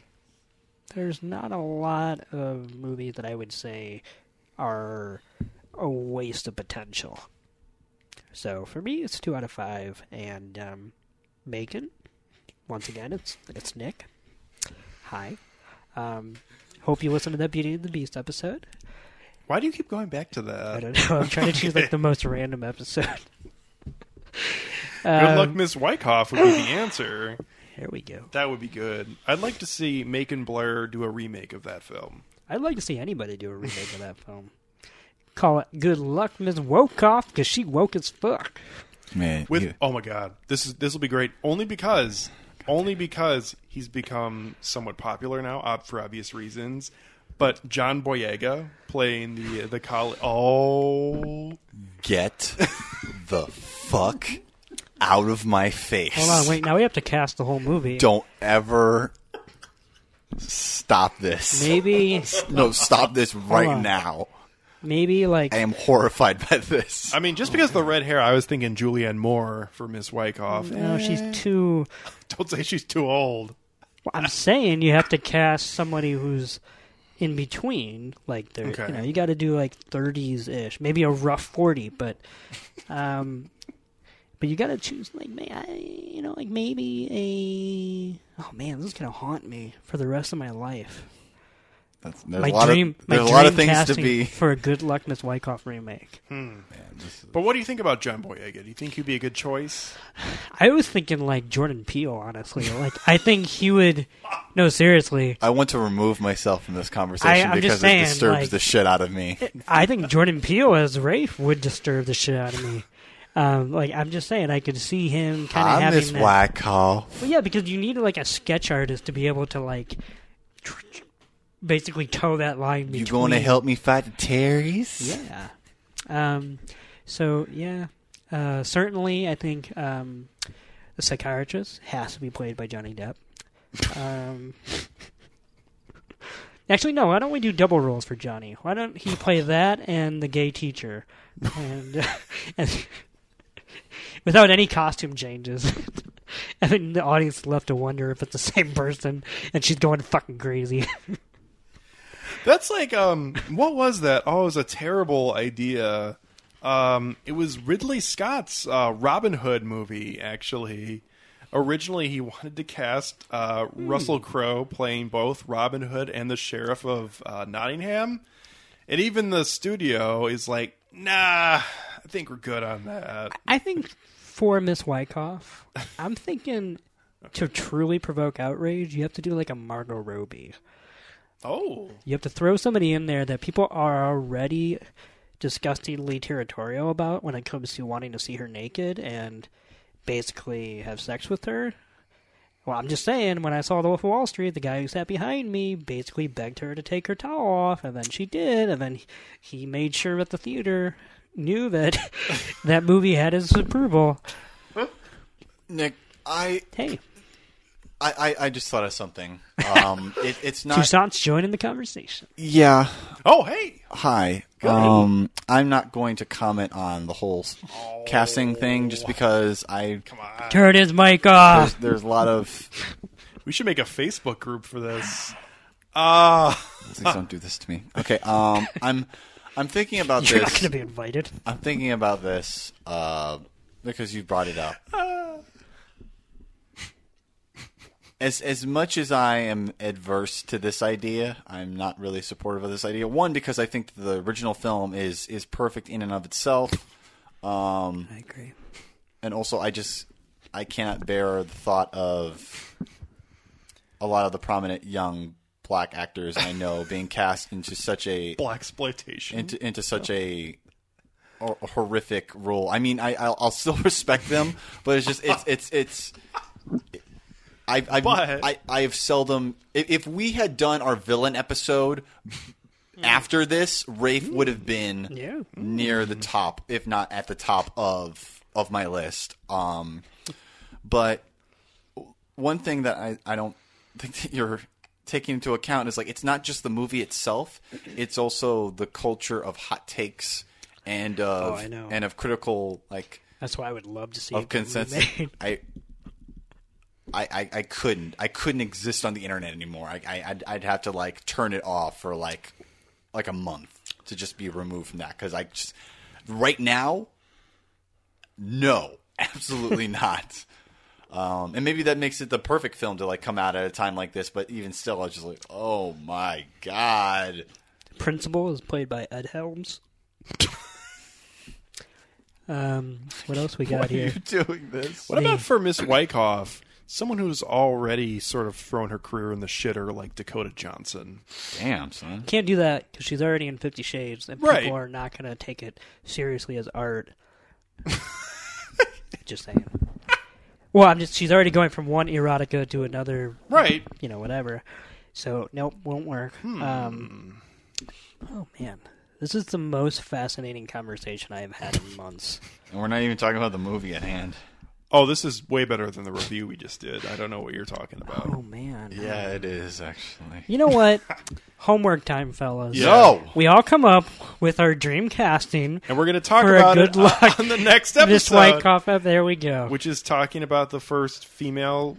there's not a lot of movies that I would say are a waste of potential. So for me, it's two out of five. And um, Megan, once again, it's it's Nick. Hi. Um, hope you listened to that Beauty and the Beast episode. Why do you keep going back to I that? Good don't know. I'm trying to choose like the most random episode. Um, luck, Miss Wyckoff would be the answer. Here we go. That would be good. I'd like to see Macon Blair do a remake of that film. I'd like to see anybody do a remake of that film. Call it "Good Luck, Ms. Wokoff," because she woke as fuck. Man. With you- oh my god, this is this will be great. Only because only because he's become somewhat popular now, ob- for obvious reasons. But John Boyega playing the the college. Oh, get the fuck out of my face. Hold on, wait. Now we have to cast the whole movie. Don't ever stop this. Maybe, No, stop this right on. now. maybe like I am horrified by this. I mean, just because of the red hair, I was thinking Julianne Moore for Miss Wyckoff. no, she's too. Don't say she's too old. Well, I'm saying you have to cast somebody who's in between. Like they're, Okay. you know, you got to do like 30s ish, maybe a rough 40, but, um, but you got to choose like, may I, you know, like maybe a. Oh man, this is gonna haunt me for the rest of my life. That's- there's My a lot dream, of my there's dream a lot of things to casting be. for a good luck Miss Wyckoff remake. But what do you think about John Boyega? Do you think he'd be a good choice? I was thinking like Jordan Peele, honestly. Like I think he would. No, seriously. I want to remove myself from this conversation I- I'm because just it saying, disturbs like- the shit out of me. I think Jordan Peele as Rafe would disturb the shit out of me. Um, like I'm just saying, I could see him kind of I having miss that. White Call. Well, yeah, because you need like a sketch artist to be able to like tr- tr- basically toe that line between. You going to help me fight the Terrys? Yeah. Um, so yeah, uh, certainly I think um, the psychiatrist has to be played by Johnny Depp. Um, actually, no. Why don't we do double roles for Johnny? Why don't he play that and the gay teacher, and, and without any costume changes? And then the audience left to wonder if it's the same person, and she's going fucking crazy. That's like um what was that? Oh, it was a terrible idea. Um it was Ridley Scott's uh Robin Hood movie actually. Originally he wanted to cast uh Russell Crowe playing both Robin Hood and the sheriff of uh, Nottingham. And even the studio is like, "Nah, I think we're good on that." I think for Miss Wyckoff, I'm thinking to truly provoke outrage, you have to do like a Margot Robbie. Oh. You have to throw somebody in there that people are already disgustingly territorial about when it comes to wanting to see her naked and basically have sex with her. Well, I'm just saying, when I saw The Wolf of Wall Street, the guy who sat behind me basically begged her to take her towel off, and then she did, and then he made sure that the theater knew that that movie had his approval. Nick, I, Hey, I, I, I just thought of something. Um, it, it's not. Toussaint's joining the conversation. yeah. Oh, hey. Hi. Um, I'm not going to comment on the whole s- Oh, casting thing just because I Turn his mic off! there's, there's a lot of We should make a Facebook group for this. Ah. please don't do this to me. Okay. Um, I'm I'm thinking about You're not this. going to be invited. I'm thinking about this uh, because you brought it up. As as much as I am adverse to this idea, I'm not really supportive of this idea. One because I think the original film is is perfect in and of itself, I agree. and also I just I cannot bear the thought of a lot of the prominent young black actors I know being cast into such a black exploitation. into into such a hor- horrific role. I mean, I I'll, I'll still respect them, but it's just it's it's it's. I've, I've But- I I have seldom. If, if we had done our villain episode after this, Rafe would have been Yeah. near Mm. the top, if not at the top of of my list. Um, but one thing that I, I don't think that you're taking into account is like it's not just the movie itself; it's also the culture of hot takes and of Oh, I know. and of critical like That's why I would love to see of it be consensus. remade. I. I, I, I couldn't I couldn't exist on the internet anymore. I, I I'd, I'd have to like turn it off for like like a month to just be removed from that because I just right now no absolutely not. Um, and maybe that makes it the perfect film to like come out at a time like this. But even still, I was just like, oh my god. Principal is played by Ed Helms. um, what else we got here? doing this? what about for Miss Wyckoff? Someone who's already sort of thrown her career in the shitter, like Dakota Johnson. Damn, son. Can't do that because she's already in Fifty Shades, and people Right. are not going to take it seriously as art. just saying. Well, I'm just. She's already going from one erotica to another Right. you know, whatever. So nope, won't work. Um, oh man, this is the most fascinating conversation I have had in months. And we're not even talking about the movie at hand. Oh, this is way better than the review we just did. I don't know what you're talking about. Oh man. Yeah, it is actually. You know what? Homework time, fellas. Yeah. No. We all come up with our dream casting. And we're going to talk For a about good it luck, on the next Miss episode, Wyckoff, uh, there we go. which is talking about the first female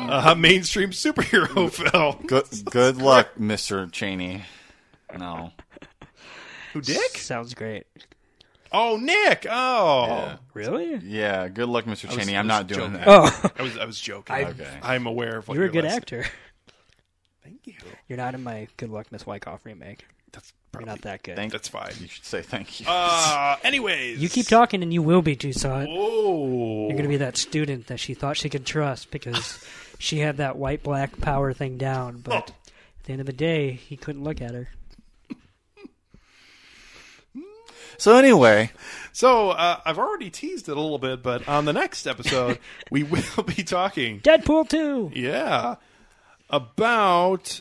uh, mainstream superhero film. Good good luck, Mr. Cheney. No. Who, Dick? Sounds great. Oh, Nick. Oh. Really? Yeah, good luck, Mr. Cheney. I'm I not was doing joking. that. Oh, I was I was joking. I, Okay. am aware of what you're a good listing. actor. Thank you. You're not in my Good Luck Miss Wyckoff remake. That's You're probably not that good. Thank- that's fine. You should say thank you. Uh, anyways, you keep talking, and you will be Tucson. Oh, You're gonna be that student that she thought she could trust because she had that white black power thing down, but at the end of the day, he couldn't look at her. so anyway, So uh, I've already teased it a little bit, but on the next episode, we will be talking. Deadpool two, Yeah, about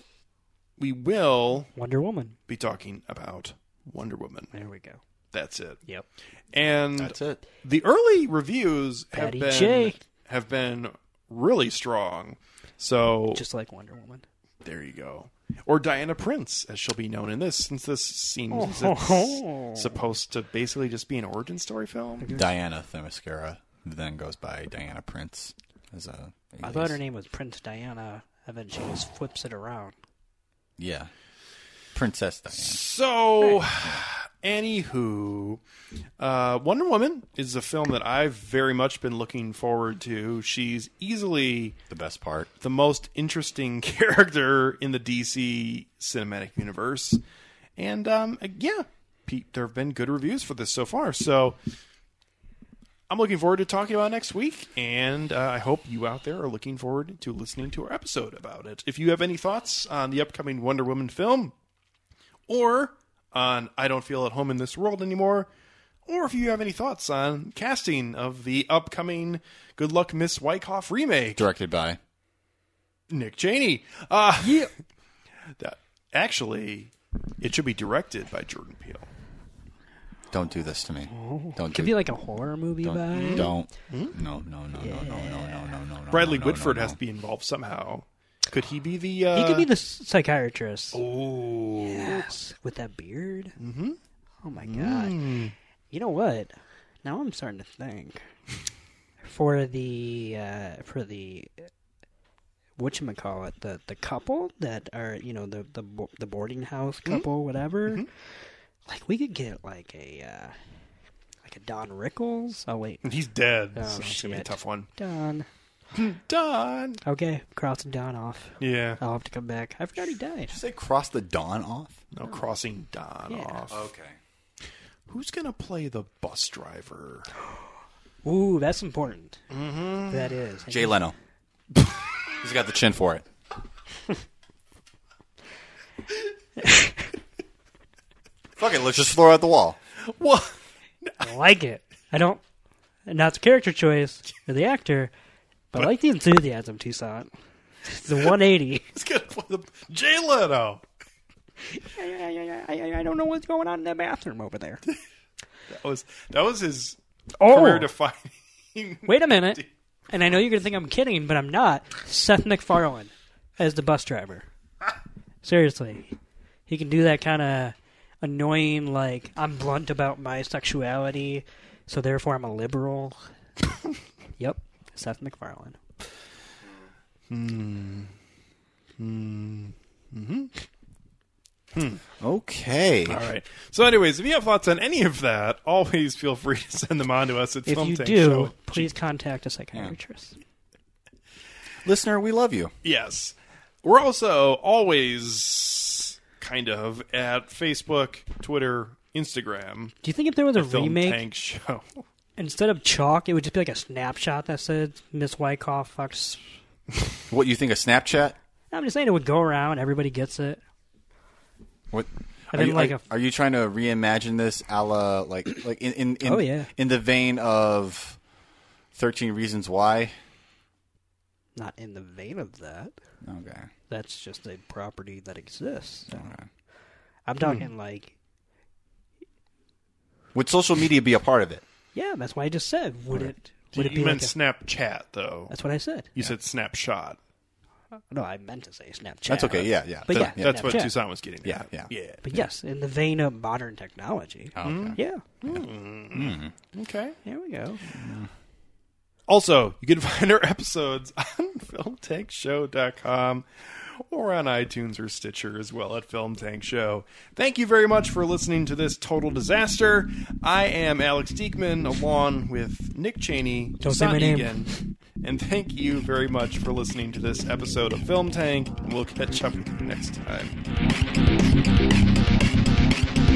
we will Wonder Woman. be talking about Wonder Woman. There we go. That's it. Yep. And that's it. the early reviews have Patty been J. have been really strong. So Just like Wonder Woman. There you go. Or Diana Prince, as she'll be known in this, since this seems as Oh. it's supposed to basically just be an origin story film. Diana Themyscira then goes by Diana Prince as a I thought her name was Prince Diana, and then she just flips it around. Yeah. Princess Diana. So, anywho, uh, Wonder Woman is a film that I've very much been looking forward to. She's easily The best part. the most interesting character in the DC cinematic universe. And um, yeah, Pete, there have been good reviews for this so far. So I'm looking forward to talking about it next week. And uh, I hope you out there are looking forward to listening to our episode about it. If you have any thoughts on the upcoming Wonder Woman film or on I Don't Feel at Home in This World Anymore. Or if you have any thoughts on casting of the upcoming Good Luck Miss Wyckoff remake, Directed by. Nick Cheney. Uh, that- actually, it should be directed by Jordan Peele. Don't do this to me. Oh. Don't Could do be like a horror movie about don't, it. don't. No, no, no, no, no, no, no, no, no, no. Hmm? Bradley no, Whitford no, no. has to be involved somehow. Could he be the? Uh, He could be the s- psychiatrist. Ooh. Yes, with that beard. Mm-hmm. Oh my god! You know what? Now I'm starting to think for the uh, for the what you call it the the couple that are you know the the bo- the boarding house couple whatever. Like we could get like a uh, like a Don Rickles. Oh wait, He's dead. Oh, so it's gonna be a shit. tough one. Don. Done. Okay, crossing Don off. Yeah. I'll have to come back. I forgot he died. Did you say cross the dawn off? No crossing Don Yeah. Oh. off. Who's gonna play the bus driver? Ooh, that's important. Mm-hmm. That is. Jay Leno. He's got the chin for it. Fuck it, let's just throw out the wall. Well, I like it. I don't. Not the character choice or the actor, but, I like the enthusiasm, Tucson. The 180. he's gonna play the Jay Leno. I, I, I, I- I don't know what's going on in that bathroom over there. That was that was his Oh, career defining. wait a minute. And I know you're going to think I'm kidding, but I'm not. Seth MacFarlane as the bus driver. Seriously. He can do that kind of annoying, like, I'm blunt about my sexuality, so therefore I'm a liberal. yep. Seth MacFarlane. Okay. All right. So, anyways, if you have thoughts on any of that, always feel free to send them on to us at If you filmtankshow. do, please contact a psychiatrist. Listener, we love you. Yes. We're also always kind of at Facebook, Twitter, Instagram. Do you think if there was a Film remake, Tank Show. instead of chalk, it would just be like a snapshot that said Miss Wyckoff fucks? What you think of Snapchat? I'm just saying it would go around. Everybody gets it. What I are didn't you, like are, a- are you trying to reimagine this a la like like in in, in, Oh, yeah. in the vein of thirteen reasons why? Not in the vein of that. Okay. That's just a property that exists. Okay. I'm Hmm. talking like, Would social media be a part of it? yeah, that's why I just said. Would it? Would it you be meant like? A, Snapchat, though. that's what I said. You said Snapshot. No, I meant to say Snapchat. That's okay. Yeah, yeah. But That- yeah. That's what Snapchat. Tucson was getting Yeah, at. yeah. But yes, in the vein of modern technology. Oh, Okay. Yeah. Okay. There we go. Also, you can find our episodes on filmtankshow.com or on iTunes or Stitcher as well at Film Tank Show. Thank you very much for listening to this total disaster. I am Alex Diekman along with Nick Cheney, Don't say my Toussaint name. Egan, and thank you very much for listening to this episode of Film Tank. We'll catch up with you next time.